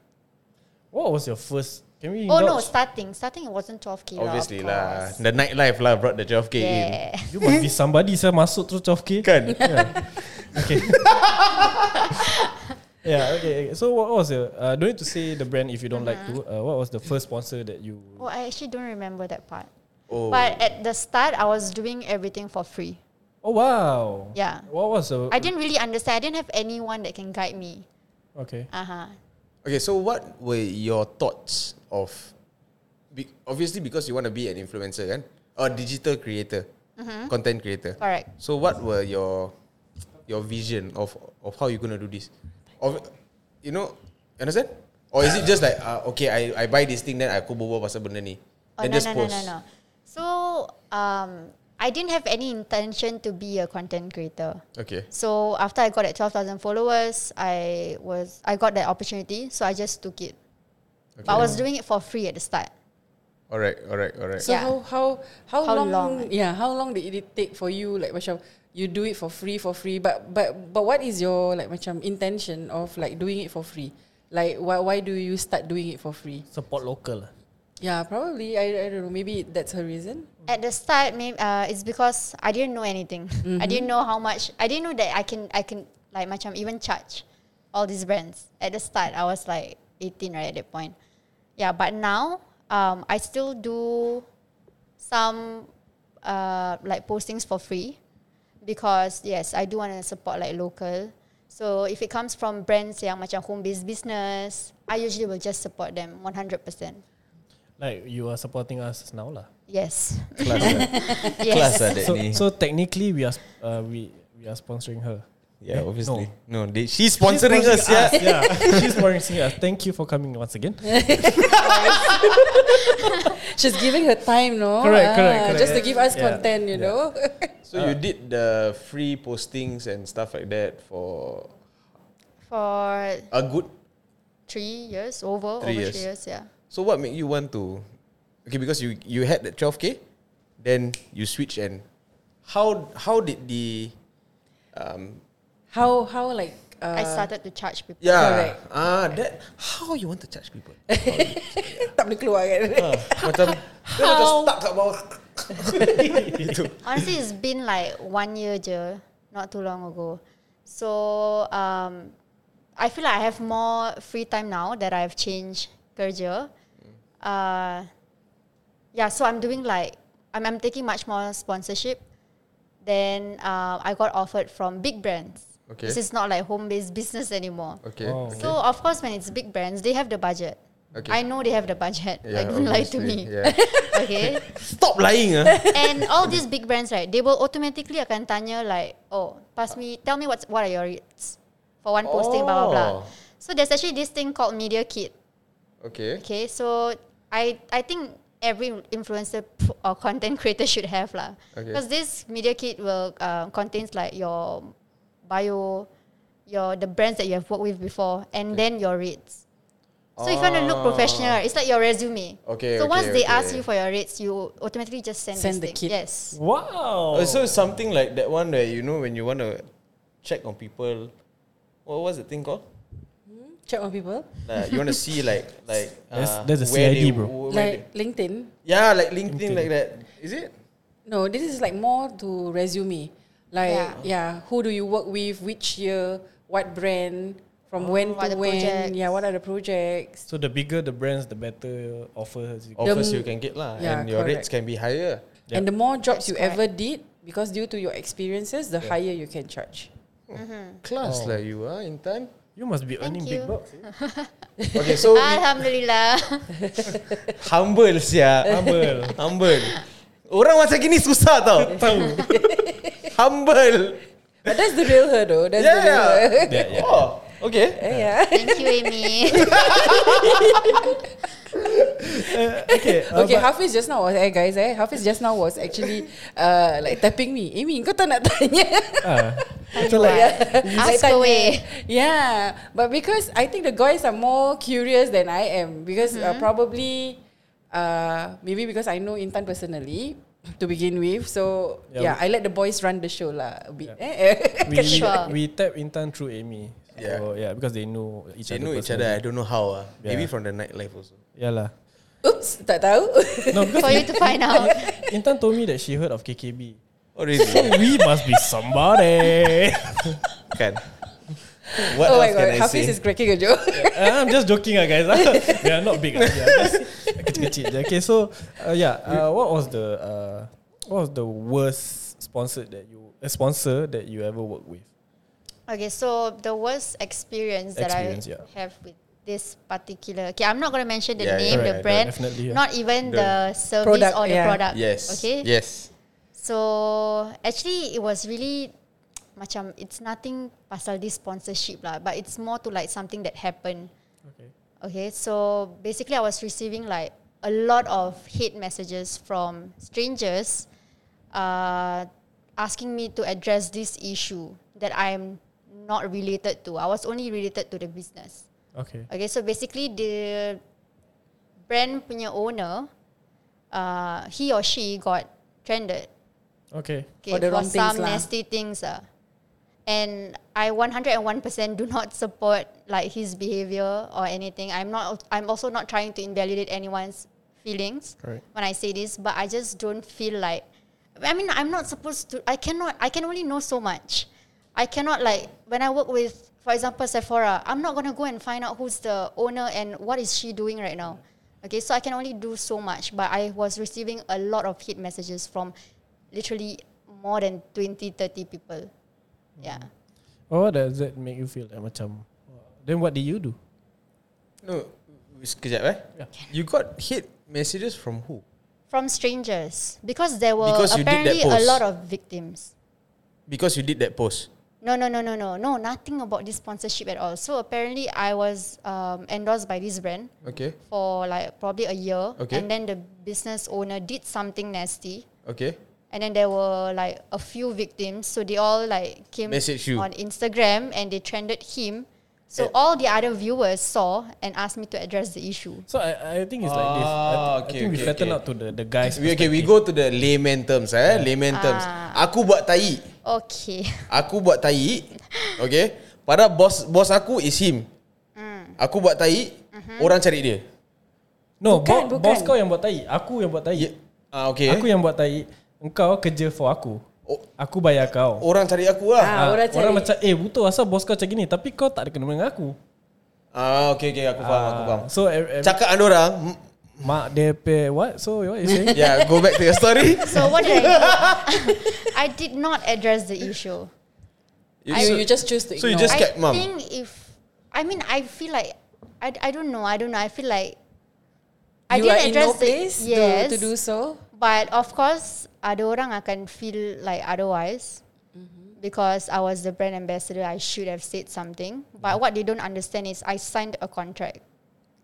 What was your first? Can we? Oh no, indulge? starting. Starting it wasn't 12k. Obviously lah. lah of course. The nightlife lah Brought the 12k in Yeah. You must be somebody saya masuk terus 12k. Kan Okay. yeah. Okay. okay. So what was your? Uh, don't need to say the brand if you don't like to. Uh-huh. Uh, what was the first sponsor that you? Oh, I actually don't remember that part. Oh. But at the start, I was doing everything for free. Oh wow. Yeah. What was the? I didn't really understand. I didn't have anyone that can guide me. Okay. Uh huh. Okay, so what were your thoughts of be, obviously because you want to be an influencer kan? Or digital creator, content creator. Mm-hmm. Correct. So what were your your vision of of how you're gonna do this? Of you know, you understand? Or is it just like uh, okay, I I buy this thing then I aku bawa pasal benda ni. Oh, then no, just no, post. no, no, no. So, um, I didn't have any intention to be a content creator. Okay. So after I got that twelve thousand followers, I was I got that opportunity, so I just took it. But I was doing it for free at the start. All right, all right, all right. So Yeah. how how how, How long, long? Yeah, how long did it take for you like macam you do it for free for free? But but but what is your like macam intention of like doing it for free? Like why why do you start doing it for free? Support local. Yeah, probably I I don't know. Maybe that's her reason. At the start, maybe uh, it's because I didn't know anything. I didn't know how much. I didn't know that I can I can like much even charge all these brands. At the start, I was like eighteen right at that point. Yeah, but now um, I still do some uh, like postings for free because yes, I do want to support like local. So if it comes from brands yang macam home based business, I usually will just support them one hundred percent. Like you are supporting us now lah. Yes, Class lah. Class yes. lah that eh. So ni. so technically we are sp- uh, we we are sponsoring her. yeah, eh, obviously. No, they, she's sponsoring us, yeah. yeah. She's sponsoring us. Thank you for coming once again. She's giving her time, no? Ah, Correct, correct, correct. Just to give us Yeah, content, you yeah. know. So you did the free postings and stuff like that for For a good three years over Three over years. three years yeah So what made you want to? Okay, because you you had that twelve k, then you switch and how how did the um how how like uh, i started to charge people yeah Correct. ah that how you want to charge people? tak boleh keluar kan? Ah. Macam dia macam stuck kat bawah. Itu. honestly it's been like one year je not too long ago so um i feel like i have more free time now that i've changed kerja uh yeah so i'm doing like i'm, I'm taking much more sponsorship then uh, i got offered from big brands Okay. this is not like home-based business anymore Okay. Wow. okay. So of course, when it's big brands, they have the budget. Okay. I know they have the budget. like don't lie to obviously, me. Yeah. Okay. Stop lying ah. and all these big brands, right? They will automatically akan tanya like, oh, pass me, tell me what's what are your rates for one posting, blah blah blah. Oh. So there's actually this thing called media kit. Okay. Okay, so I I think every influencer p- or content creator should have lah. Okay. Because this media kit will uh, contains like your bio, your the brands that you have worked with before, and then your rates. So if you want to Ah. look professional, right, it's like your resume. Okay, So once okay, they ask okay. you for your rates, you automatically just send, Send the this thing. kit. Yes. Wow. Oh, so it's something like that one where you know when you want to check on people, what was the thing called? Check on people. Like, you want to see like like That's- uh, that's the where CID, they- bro. where they- Like LinkedIn. Yeah, like LinkedIn, LinkedIn. like that. Is it? No, this is like more to resume. Like yeah. Yeah. who do you work with? Which year? What brand? From when Oh, What to are the when? projects? Yeah, what are the projects? So the bigger the brands, the better offers. you get. Offers The- you can get lah, Yeah, and your rates correct. can be higher. Yeah. And the more jobs you That's ever did, because due to your experiences, the higher you can charge. Class lah you are in time. You must be earning big you. bucks. eh? Okay, so we- Alhamdulillah. humble sia, Humble. humble. Orang macam gini susah tau. humble. But that's the real her though. That's Yeah, the real her. yeah. Yeah, yeah. Oh, okay. yeah. Thank you, Amy. Okay. uh, Okay, but- Hafiz just now was eh guys eh Hafiz just now was actually uh, like tapping me. Amy, kau tak nak tanya? ah, Macam like, lah. Ask tanya. away. Yeah, but because I think the guys are more curious than I am because uh, Mm-hmm. probably uh, maybe because I know Intan personally to begin with. So yeah, Yeah, I let the boys run the show lah a bit. Eh? we, we, Sure. we tap Intan through Amy. Yeah. So, yeah, because they know each They other. know each personally. other. I don't know how. ah. Maybe Yeah. from the nightlife also. Yeah lah. eh. Oops, tak tahu. No, because For you to find out. Intan told me that she heard of KKB. Oh really? we must be somebody. kan? What oh my else can god, I Hafiz say? is cracking a joke. Ah, I'm just joking, ah, guys. we are not big. Ah. We are just kecil-kecil je. Okay, so uh, yeah, uh, what was the uh, what was the worst sponsor that you a sponsor that you ever worked with? Okay, so the worst experience, Experience, that I yeah. have with this particular okay, I'm not gonna mention the Yeah, name, yeah. the Correct, brand, definitely, yeah. not even The the, service product, or the yeah. product. Yes. Okay. Yes. So actually, it was really macam it's nothing pasal this sponsorship lah, but it's more to like something that happened. Okay. Okay, so basically, I was receiving like a lot of hate messages from strangers, uh, asking me to address this issue that I'm not related to. I was only related to the business. Okay. Okay, so basically the brand punya owner, uh, he or she got trended Okay. okay, For the for wrong things some lah. nasty things. Uh. And I 101% do not support like his behavior or anything. I'm not. I'm also not trying to invalidate anyone's feelings Correct. when I say this, but I just don't feel like. I mean, I'm not supposed to. I cannot. I can only know so much. I cannot like when I work with, for example, Sephora. I'm not gonna go and find out who's the owner and what is she doing right now. Okay, so I can only do so much. But I was receiving a lot of hate messages from literally more than 20, 30 people. Yeah. Oh, does that make you feel like macam? Then what did you do? No. Sekejap eh. Yeah. You got hit messages from who? From strangers. Because there were Because you did that apparently a post. lot of victims. Because you did that post. No, no, no, no, no, no, nothing about this sponsorship at all. So apparently, I was um, endorsed by this brand Okay. for like probably a year, Okay. and then the business owner did something nasty, Okay. and then there were like a few victims. So they all like came Message you. on Instagram and they trended him. So all the other viewers saw and asked me to address the issue. So I, I think it's like this. I, Ah, I okay, think we okay, flatten okay. out to the the guys. We, okay, we go to the layman terms eh, layman terms. Aku buat tai. Okay, Aku buat tai. Okay. Pada bos bos aku is him. Aku buat tai, orang cari dia. No, Bukan, bukan. bo- boss kau yang buat tai. Aku yang buat tai. Ye- Ah okay. Aku yang buat tai. Engkau kerja for aku. Oh. Aku bayar kau. orang cari aku lah. Ah, Ah, orang orang, cari. macam Eh betul asal bos kau macam gini Tapi kau tak ada kena dengan aku Ah okay okay aku faham aku faham. So every, every, Cakap dengan orang, mm, Mak depe What? So what you saying? yeah, go back to your story. so what did I do? I did not address the issue. Ah, you, you just choose to so you ignore. just- I cat mom. think if I mean I feel like I, I don't know I don't know I feel like I you are didn't in no address the- place to- yes, to do so. but of course ada orang akan feel like otherwise Mm-hmm. because I was the brand ambassador I should have said something but what they don't understand is I signed a contract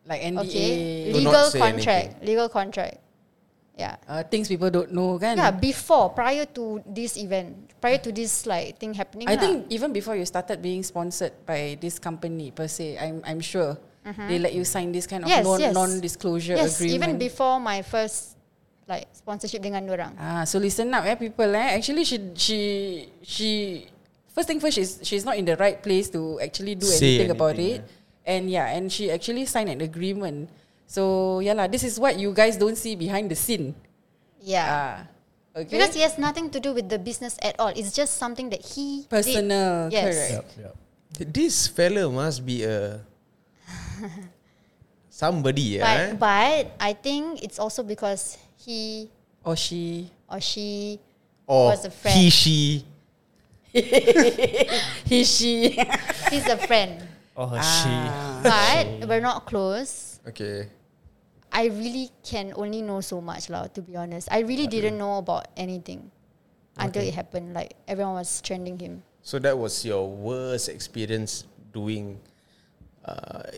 Like NDA. okay Do not legal say contract legal contract yeah uh, things people don't know kan. yeah before prior to this event prior to this like thing happening I lah. think even before you started being sponsored by this company per se, I'm I'm sure they let you sign this kind of Mm-hmm. non Yes, yes. non-disclosure yes agreement. even before my first like sponsorship dengan orang ah, so listen up, eh, people. Eh, actually, she she she first thing first, she's she's not in the right place to actually do Say anything, about it. anything, And yeah, and she actually signed an agreement. So yeah lah, this is what you guys don't see behind the scene. yeah Ah, Okay. Because it has nothing to do with the business at all. It's just something that he did. Personal, Yes. correct. Yup, yup. This fella must be a somebody, But yeah. eh? but I think it's also because he Or she. or she or was a friend. he, she. He, she. he's a friend. Or Ah. her Oh, she. But we're not close. Okay. I really can only know so much lah, to be honest. I really didn't know about anything until it happened. Like everyone was trending him. So that was your worst experience doing uh,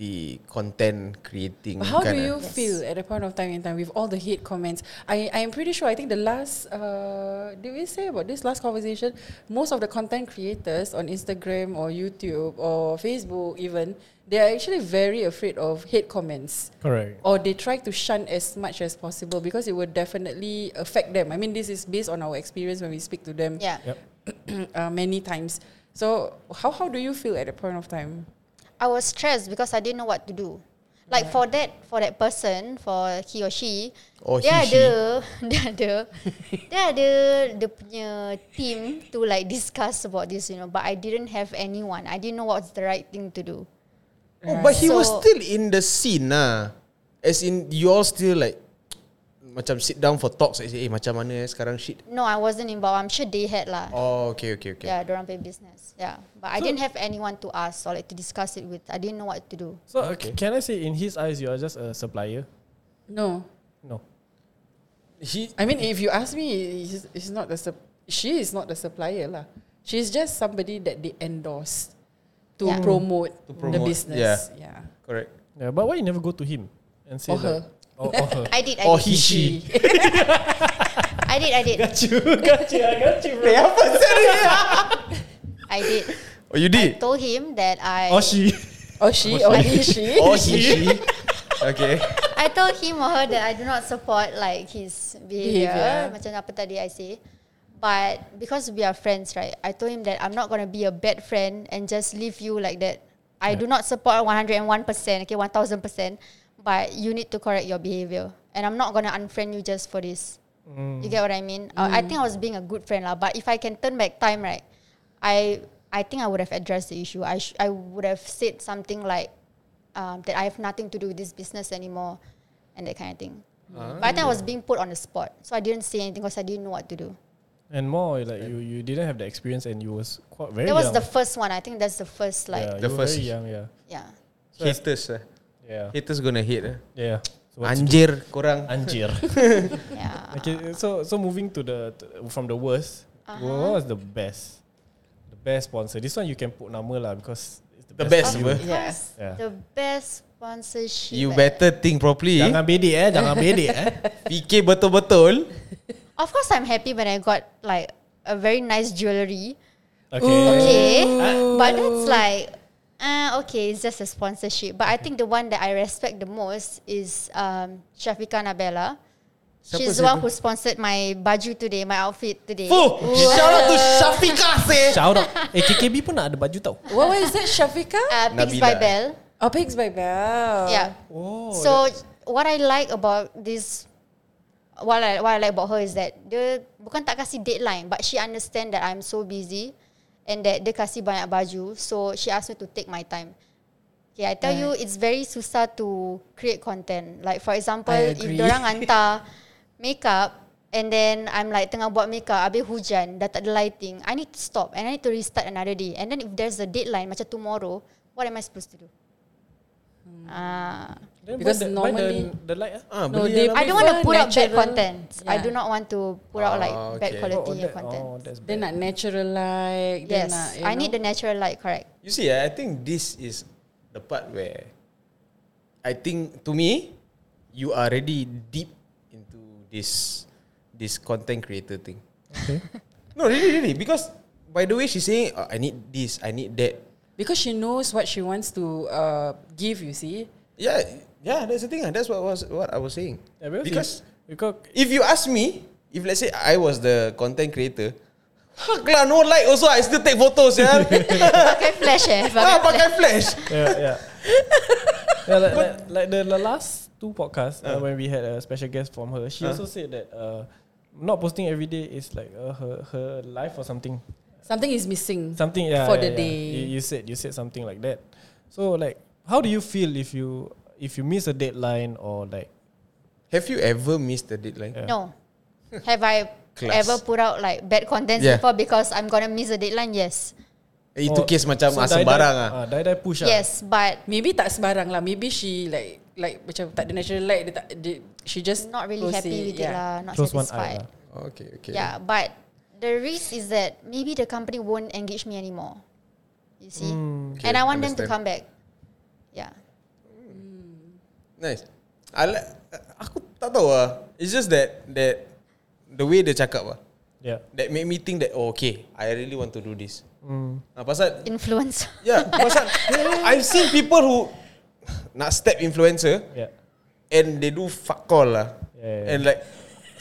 the content creating. But How do kinda. you feel at a point of time in time with all the hate comments? I I am pretty sure. I think the last uh, did we say about this last conversation? Most of the content creators on Instagram or YouTube or Facebook even they are actually very afraid of hate comments Correct. or they try to shun as much as possible because it will definitely affect them. I mean, this is based on our experience when we speak to them Yeah. Yep. uh, many times. So how how do you feel at a point of time? I was stressed because I didn't know what to do. Like for that for that person, for he or she, Or Oh, dia he, she. ada dia ada dia ada dia punya team to like discuss about this, you know. But I didn't have anyone. I didn't know what's the right thing to do. Oh, but he was So- still in the scene, nah. As in, you all still like macam sit down for talks. I say, eh, macam mana eh, sekarang shit. No, I wasn't involved. I'm sure they had lah. Oh, okay, okay, okay. Yeah, dorang pay business. Yeah, but I didn't have anyone to ask or like to discuss it with. I didn't know what to do. So okay. can I say in his eyes you are just a supplier? No, No. He I mean, if you ask me, it's, it's not the sup- she is not the supplier lah. She's just somebody that they endorse to, Yeah. promote the promote, business. yeah. yeah. correct. Yeah, but why you never go to him and say Or that? her. Or, or her. I did. I Or did. he, she. I did. I did. you, got you, I got you, bro. I did. Oh, you did? Told him that I. Or she. Or Oh, she, or he, she. Oh, Or he, she. Okay. I told him or her that I do not support like his behavior, Behaviour. macam apa tadi I say. But because we are friends, right? I told him that I'm not gonna be a bad friend and just leave you like that. I do not support 101%, okay, 1000%, but you need to correct your behavior. And I'm not gonna unfriend you just for this. You get what I mean? Uh, I think I was being a good friend lah, but if I can turn back time, right? I I think I would have addressed the issue. I sh- I would have said something like um, that I have nothing to do with this business anymore, and that kind of thing. Ah. But I think I was being put on the spot, so I didn't say anything because I didn't know what to do. And more like you, you didn't have the experience and you was quite very that was young. the first one. I think that's the first like yeah, The the you first- first very young, yeah. yeah. Haters, eh. Yeah. Haters gonna hate, eh. Yeah. So what's- Anjir, korang. Anjir. yeah. okay, so so moving to the to, from the worst, what was the best? The best sponsor. This one you can put nama lah because it's the, The best, best. apa? Of Yeah. course, Yeah. The best sponsorship. You better think properly. Jangan bedek eh, jangan bedek eh. Fikir betul-betul. Of course, I'm happy when I got like a very nice jewelry. Okay. Okay, but that's like. Uh, okay, it's just a sponsorship. But I think the one that I respect the most is um, Shafika Nabella. She's the one who sponsored my baju today, my outfit today. Fuh, Oh. shout out to Syafiqah, seh. Shout out. Eh, KKB pun nak ada baju tau. What was that, Shafika? Uh, Pigs Nabila, by eh? Bell. Oh, Pigs by Bell. Yeah. Oh. Oh, so what I like about this, what I what I like about her is that dia bukan tak kasih deadline, but she understand that I'm so busy, and that dia kasih banyak baju, so she asked me to take my time. Okay, I tell you, it's very susah to create content. Like for example, I if agree. orang hantar makeup and then I'm like tengah buat makeup, habis hujan, dah tak ada lighting, I need to stop and I need to restart another day. And then if there's a deadline macam tomorrow, what am I supposed to do? Hmm. Ah, Then Because buy the- buy normally- the, the light Ah, ah. No, beli they- lah. I don't want to prefer put out bad natural. content. I Yeah. do not want to put out like Ah, bad okay. quality Oh, that- content. Oh, that's They're not bad. natural like. yes, I need the natural light. Correct. You see, I think this is the part where I think to me, you are already deep into this this content creator thing. Okay. No, really, really, because by the way she's saying, "Oh, I need this, I need that. Because she knows what she wants to uh, give, you see. Yeah, yeah, that's the thing. ah. That's what was what I was saying. Yeah, because, because you, because if you ask me, if let's say I was the content creator, fuck lah, no like also I still take photos, yeah. Pakai flash eh. ah, Pakai pakai flash. yeah, yeah. yeah like, Uh. like, like the, the last two podcasts uh. when we had a special guest from her, she also said that uh, not posting every day is like uh, her her life or something. Something is missing. Something yeah. For the yeah, yeah. day. You, you said you said something like that. So like how do you feel if you if you miss a deadline or like Have you ever missed the deadline? Yeah. No. Have I Class. ever put out like bad contents Yeah. before because I'm gonna miss a deadline? Yes. Eh, Itu or- case macam Oh, so asam die-die- barang ah. Ah, die die push ah. Yes, but Maybe tak sembarang lah. Maybe she like like macam tak ada natural light. Dia tak, dia, she just not really close happy it, with it yeah. lah. Not Close one eye. satisfied. lah. Okay, okay. Yeah, but the risk is that maybe the company won't engage me anymore. You see, Mm, Hmm, okay, and I want them to understand. come back. Yeah, Nice. I like, aku tak tahu ah. It's just that that the way dia cakap ah. Yeah. That made me think that oh, okay, I really want to do this. Mm. Nah, pasal influence. yeah, pasal I've seen people who nak step influencer Yeah. and they do fuck all lah. Yeah, yeah, yeah. And like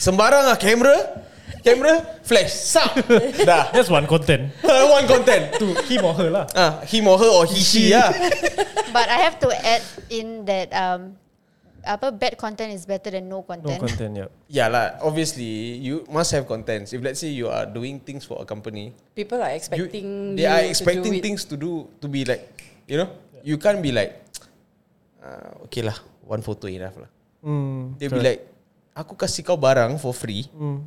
sembarang ah kamera, kamera flash, sap. Dah. That's one content One content. to him or her lah. Ah, him or her or he she lah. but I have to add in that um, apa bad content is better than No no content. content, yeah. Yeah lah. Obviously, you must have contents. If let's say you are doing things for a company, People are you- expecting. they are you to do expecting it. things to do to be like, you know, you can't be like, uh, okay lah, one photo enough lah. Mm, They'll be correct. like, aku kasih kau barang for free, mm.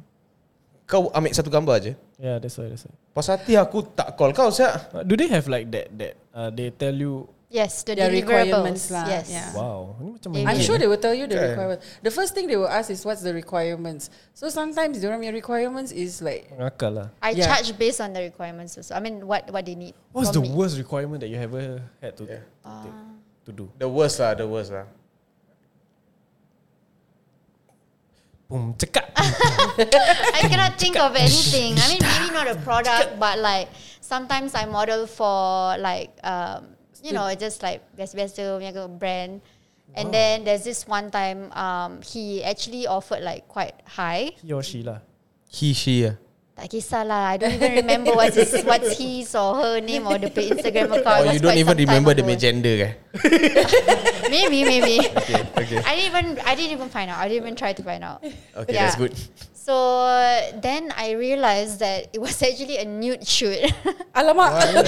kau ambil satu gambar je. yeah, that's why, that's why. Pas hati aku tak call kau siap. Uh, do they have like that that uh, they tell you Yes, the Their requirements lah, deliverables. Yes. yeah. wow ni macam Maybe. I'm mana? sure they will tell you the Kan. requirements. The first thing they will ask is what's the requirements. So sometimes their requirements is like Nakal lah. I Yeah. charge based on the requirements. Also. I mean, what what they need. What's from the me. Ah. worst requirement that you ever had to Yeah. to, take, to do? The worst lah, the worst lah. Boom, cekak. I cannot think of anything. I mean, maybe not a product, but like sometimes I model for like um, you know just like best best punya ke brand. And then there's this one time um, he actually offered like quite high. He or she lah. He she lah. Tak kisahlah. I don't even remember what's his, what's his or her name or the pa- Instagram account. Or It Oh, you was don't quite even some time remember the ago. gender eh? ke? Maybe, maybe. Okay, okay. I didn't even I didn't even find out. I didn't even try to find out. Okay, Yeah. that's good. So then I realized that it was actually a nude shoot. alamak. Um,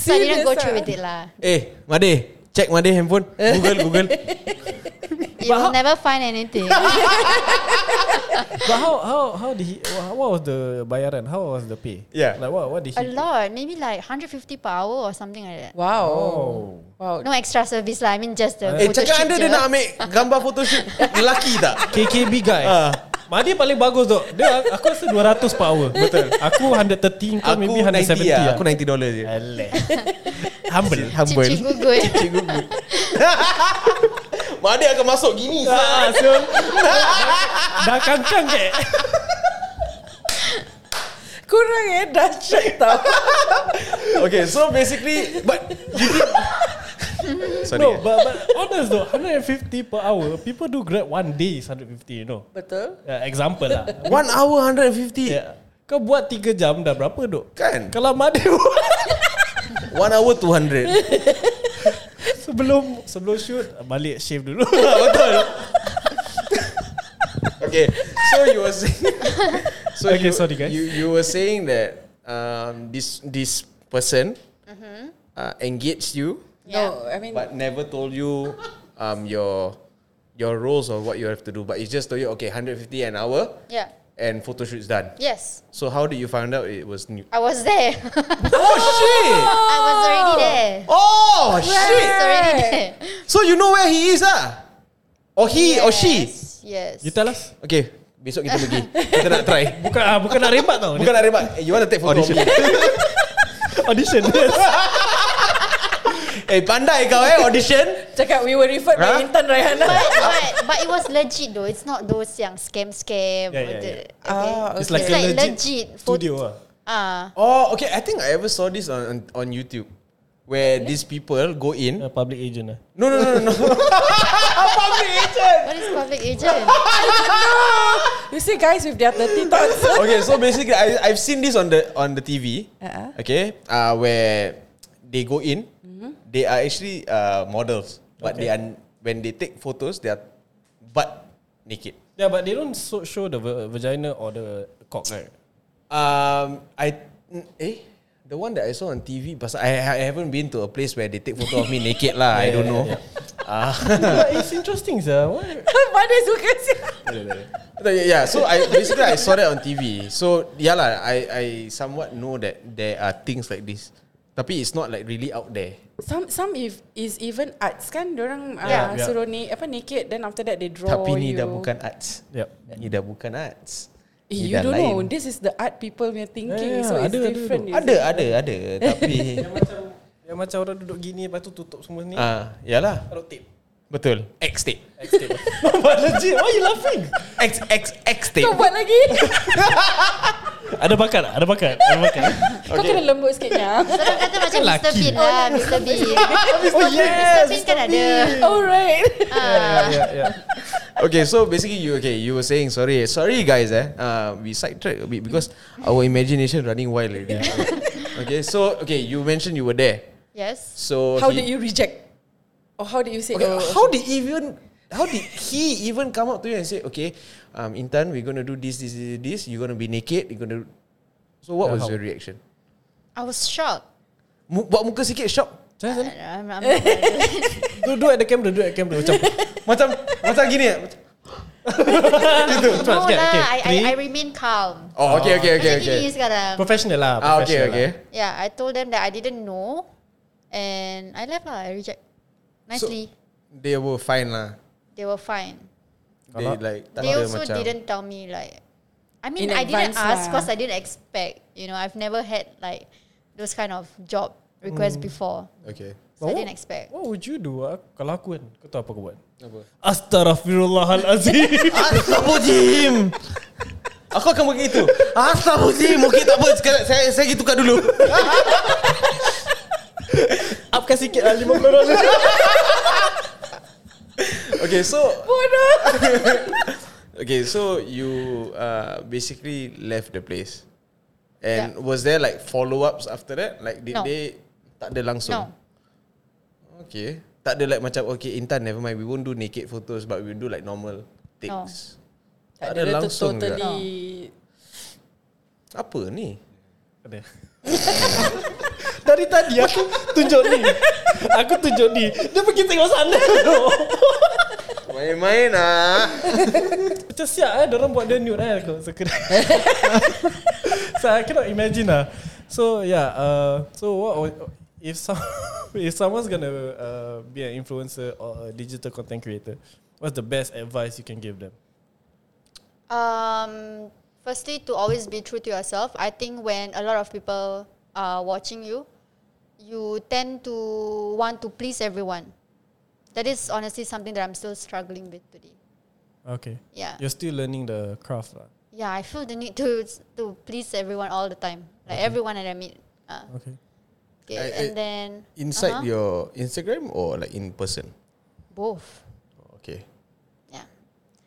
so I didn't go Serious through ah? with it lah. eh, Made, check Made handphone. Eh, Google, Google. You will never find anything. But how how how did he? wha- What was the bayaran? How was the pay? Yeah. Like what what did he? a lot, maybe like 150 per hour or something like that. Wow. Oh. Wow. No extra service lah. I mean just the Eh, photo cakap shoot anda je. lah. dia nak ambil gambar photoshoot lelaki tak? KKB guy. Ah. Madi paling bagus tu. Dia aku rasa 200 per hour. Betul. Aku 130 kau Aku maybe 90 lah. 170 lah. Aku 90 dollar je. Aleh. Humble. Humble. Cip-cip gugur. Cikgu good. Mak dia akan masuk gini. Ah, so, dah kangkang ke? Kurang eh dah check tau. okay, so basically, but you did. Sorry. No, but, but honest though, 150 per hour, people do grab one day is 150, you know. Betul. Uh, example lah. One hour 150. yeah. Kau buat 3 jam dah berapa dok? Kan? Kalau mada One hour 200. sebelum sebelum shoot balik shave dulu. Betul. okay, so you were saying. so Okay, you, sorry, guys. You you were saying that um this this person Mm-hmm. uh, engaged you No, I mean but never told you um your your roles or what you have to do, but it just told you okay 150 an hour Yeah. and photo shoot's done. Yes. So how did you find out it was new? I was there. Oh shit! I was already there. Oh I shit! was already there. So you know where he is ah? Or he or she? Yes, Yes. you tell us. Okay, besok kita pergi. Kita nak try. Bukan ah, bukan nak rembat tau. Bukan nak rebak. Eh, You want to take photo of me? audition. Eh pandai kau eh audition. cakap we were referred Huh? by Intan Raihana. But, but, but it was legit though. It's not those yang scam scam. Yeah, yeah, or the, yeah. Okay. It's like It's a like legit, legit photo- studio ah. Ah, Oh okay, I think I ever saw this on on, on YouTube where these people go in. A public agent ah. No no no no. no. Public agent. what is public agent? You see guys with their 30 thoughts. okay, so basically, I, I've seen this on the on the TV. Uh-uh. Okay, uh, where they go in, they are actually uh, models, but they are when they take photos, they are butt naked. Yeah, but they don't so, show the va- vagina or the cock, right? Um, I mm, eh, the one that I saw on TV, but I, I haven't been to a place where they take photo of me naked lah. I don't know. but it's interesting, sir. Why? Mana suka siapa? No, yeah, yeah, so I basically I saw that on TV. So yeah lah, I I somewhat know that there are things like this. Tapi it's not like really out there. Some some if is even arts kan, orang yeah. Yeah. uh, Yeah. suruh ni apa naked, then after that they draw Tapi ni Oh, you. dah bukan arts. Yep. Ni dah bukan arts. Eh, Ni you dah don't know. lain. This is the art people punya thinking, Yeah, so it's Eh, ada, ada, different. you Ada, see. ada, ada. Tapi Yang macam orang duduk gini, lepas tu tutup semua ni. ah, yalah. Taruh tape. Betul. X tape. X tape. but legit, why you laughing? X X X tape. Kau buat lagi. Ada bakat, tak? ada bakat, ada bakat. Kau kena lembut sikit nya. Orang kata macam Mr. lelaki. Bean lah Mr. Bean oh Mr. Bean kan ada Alright. Ya, Ah, Yeah, yeah. Okay, so basically you okay, you were saying sorry, sorry guys, eh, uh, we sidetracked a bit because our imagination running wild already. okay, so okay, you mentioned you were there. Yes Oh, So How he- did you reject? Or how did you say? Okay, oh, how did even how did he even come up to you and say, okay, um, Intan, we're gonna do this, this, this, this. You're gonna be naked. You're gonna. So what Uh, Yeah, was how? your reaction? I was shocked Mu- buat muka sikit shock. I'm, I'm not gonna do it. Duduk at the camera, duduk at the camera. Macam, macam macam gini. eh? Macam- No lah sikit. Okay, I, I, three. I remain calm Oh, okay, okay, okay, Macam okay. gini sekarang professional lah. Ah, okay, professional okay. Lah. Yeah, I told them that I didn't know, and I left lah. I reject. Nicely, They were fine lah. they were fine. They like tak they ada also macam. didn't tell me like. I In mean, I didn't advance ask lah. because I didn't expect. You know, I've never had like those kind of job requests Mm. before, Okay. so I didn't expect. What would you do ah, kalau aku kan? Kau tahu apa aku buat? Apa? Astaghfirullahalazim. Ah, Astagfirullahaladzim Aku akan pergi itu Astagfirullahaladzim Okey tak apa Sekarang saya, saya pergi tukar dulu Upkan sikit lah 50 dolar. Okay so Okay so you uh, Basically left the place And was there like follow ups after that Like did No. they Tak ada langsung No, Okay Tak ada like macam Okay Intan never mind We won't do naked photos But we'll do like normal Takes tak ada langsung totally Apa ni Ada. Dari tadi aku tunjuk ni. Aku tunjuk ni. Dia pergi tengok sana. Main-main ah Macam siap eh. Diorang buat dia nude eh. Aku suka dia. so I cannot imagine lah. So yeah. Uh, so what would- if some if someone's gonna uh, be an influencer or a digital content creator, what's the best advice you can give them? Um, firstly, to always be true to yourself. I think when a lot of people are watching you, you tend to want to please everyone. That is honestly something that I'm still struggling with today. Okay. Yeah. You're still learning the craft lah. Yeah, I feel the need to to please everyone all the time. Like everyone that I meet. Uh, Okay. okay. I- and I- then Inside uh-huh, your Instagram Or like in person both. Oh, Okay Yeah.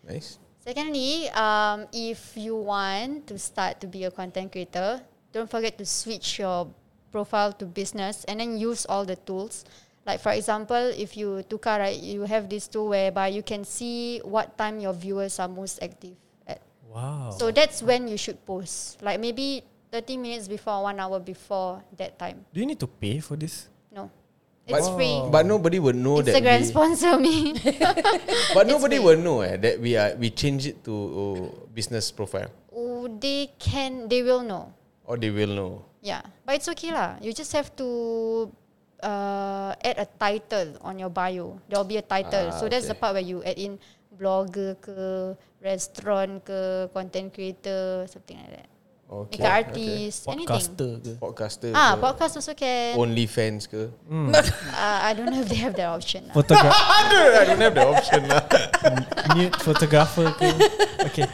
Nice Secondly, um, if you want to start to be a content creator, don't forget to switch your profile to business and then use all the tools. Like for example, if you tukar right, you have this tool whereby you can see what time your viewers are most active at. Wow. Oh. So that's when you should post. Like maybe 30 minutes before, one hour before that time. Do you need to pay for this? No. It's free. But nobody will know Instagram that we, sponsor me. But nobody free. will know eh, that we are we change it to uh, business profile oh, they can they will know. or they will know. Yeah, but it's okay lah. You just have to uh, add a title on your bio. There will be a title. Ah, so that's the okay. part where you add in blogger ke, restaurant ke, content creator, something like that. Okay. Make an artist, anything. Podcaster ke? Podcaster. Ah, ke, podcast also can. Only fans ke? Hmm. Uh, I don't know if they have that option. lah. Photograph I don't have the option lah. nude photographer ke? Okay.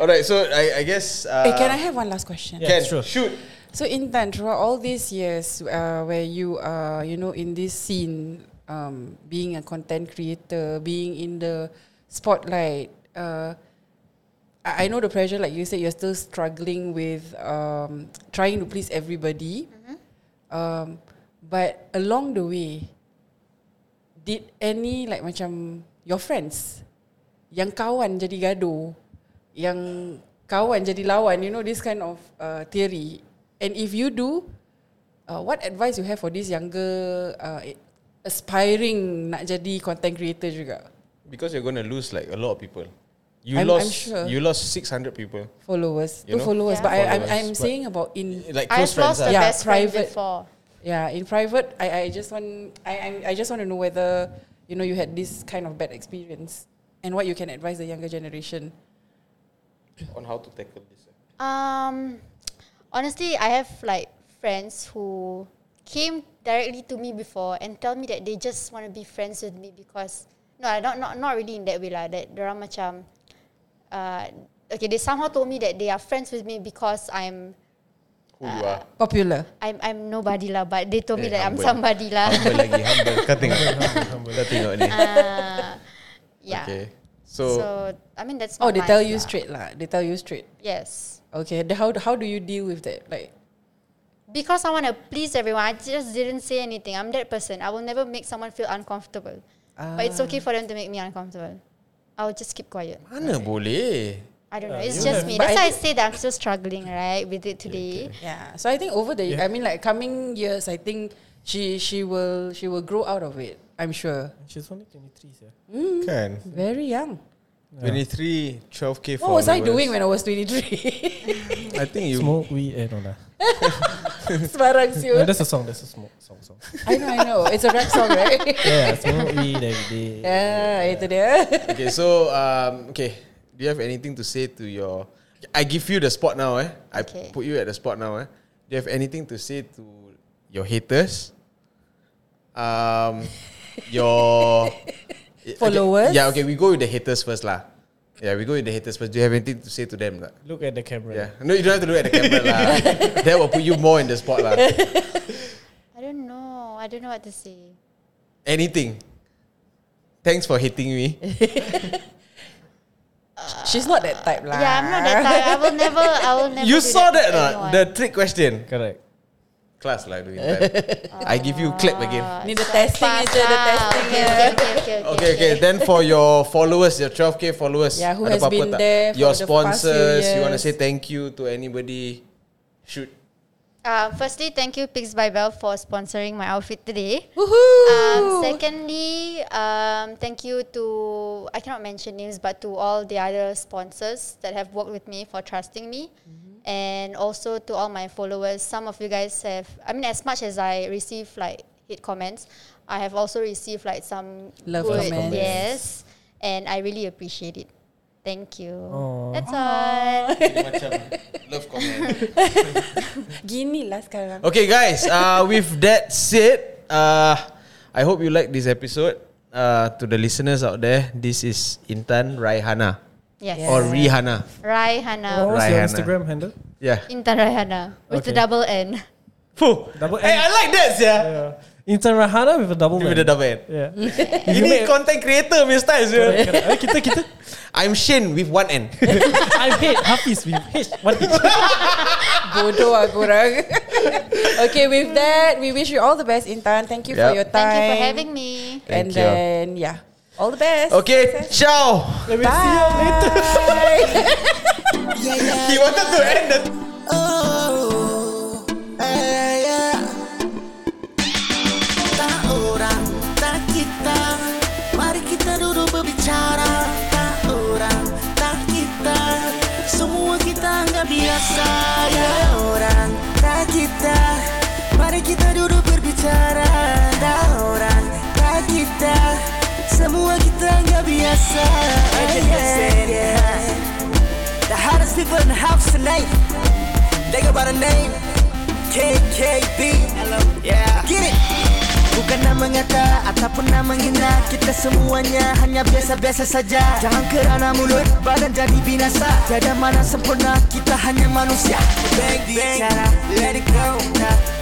Alright, so I I guess. Uh, Eh, can I have one last question? Yeah, Can sure. shoot. So Intan, throughout all these years uh, where you are, you know, in this scene, um, being a content creator, being in the spotlight, uh, I, I know the pressure, like you said, you're still struggling with um, trying to please everybody. Um, but along the way, did any, like, macam, your friends, yang kawan jadi gaduh, yang kawan jadi lawan, you know this kind of uh, theory. And if you do, uh, what advice you have for this younger uh, aspiring nak jadi content creator juga Because you're gonna lose like a lot of people. You I'm- I'm lost. sure. You lost six hundred people. followers, you You know? followers. Yeah. But I, I'm, Followers, I'm but- saying about in Like close friends. I've lost ah. the Yeah, best friend private. before. Yeah, in private, I, I just want I, I I just want to know whether you know you had this kind of bad experience and what you can advise the younger generation. on how to tackle this. eh. Um, honestly, I have like friends who came directly to me before and tell me that they just want to be friends with me because no, I not not not really in that way lah. That orang macam, uh, okay, they somehow told me that they are friends with me because I'm Who you are? Popular. I'm I'm nobody lah, but they told me Eh, that I'm humble. somebody lah. Humble lagi humble. Kau tengok. Kau tengok ni. Ah, yeah. Okay. So, So, I mean that's Oh, not they nice tell you lah. straight lah. They tell you straight. Yes. Okay, the, how how do you deal with that? Like, because I want to please everyone, I just didn't say anything. I'm that person. I will never make someone feel uncomfortable. But it's okay for them to make me uncomfortable. I'll just keep quiet. mana boleh? I don't know. Yeah, It's you just have- me. But I That's why I say that I'm still struggling, right, with it today. yeah. So I think over the I mean like coming years, I think she she will she will grow out of it. I'm sure. She's only 23, yeah. Kan. Very young. Hmm. 23, 12k What was I doing when I was 23? I think you Smoke weed, eh, no, nah. Sebarang No, siul. that's a song. That's a smoke song. song. I know, I know. It's a rap song, right? yeah, smoke weed every day. yeah, itu dia. Okay, so um, okay. Do you have anything to say to your? I give you the spot now, eh? I Okay. put you at the spot now, eh? Do you have anything to say to your haters? Um, your Okay, Followers? Yeah, okay. We go with the haters first, lah. Yeah, we go with the haters first. Do you have anything to say to them, lah? Look at the camera. Yeah. No, you don't have to look at the camera, lah. That will put you more in the spot, lah. I don't know. I don't know what to say. Anything. Thanks for hitting me. She's not that type lah. Yeah, I'm not that type. I will never. I will never. you do saw that, that, to or anyone. not? The trick question. Correct. Class lah doing that. I give you clap again. Uh, Ni the testing Pass aja, the lah. testing aja. Okay, okay, okay, okay, Okay, okay. Then for your followers, your 12k followers, Yeah, who has ada apa-apa been tak? there for your the past sponsors, few you want to years. say thank you to anybody? Shoot. Uh, firstly, thank you Pigs by Bell for sponsoring my outfit today. Woohoo! Um, secondly, um, thank you to I cannot mention names, but to all the other sponsors that have worked with me for trusting me, and also to all my followers. Some of you guys have, I mean, as much as I receive like hate comments, I have also received like some Love good, comments. yes, and I really appreciate it. Thank you. Oh. Aw. That's all. Love comment. Gini lah sekarang. Okay, guys. Uh, with that said, uh, I hope you like this episode. Uh, to the listeners out there, this is Intan Raihana Yes. or Rihana. What Raihana. was your Raihana. Instagram handle? Yeah. Intan Raihana with the Okay. double N. Fuh. Double Hey, N. I like that, yeah. Yeah. Intan Rahana with a double Give me N. the double N. Yeah. You need content creator, Mr. Yeah. Correct, correct. kita kita. eh, I'm Shane with one N. I hate Hafiz with H. What H? Bodoh aku orang. okay, with that, we wish you all the best, Intan. Thank you for Yep. your time. Thank you for having me. And Thank you. then, yeah. All the best. Okay, ciao. Let me see you later. He wanted to end the Oh, eh, yeah. Tak orang, tak kita. Mari kita duduk berbicara. Tak orang, tak kita. Semua kita nggak biasa. Ya orang, tak kita. Mari kita duduk berbicara. Tak orang, tak kita. Semua kita nggak biasa. Yeah. The hottest people in the house tonight. They go by the name KKB. Hello. Yeah. Get it. Bukan nak mengata ataupun nak menghina Kita semuanya hanya biasa-biasa saja Jangan kerana mulut badan jadi binasa Tiada mana sempurna, kita hanya manusia Bang, bicara, let it go nah. eh.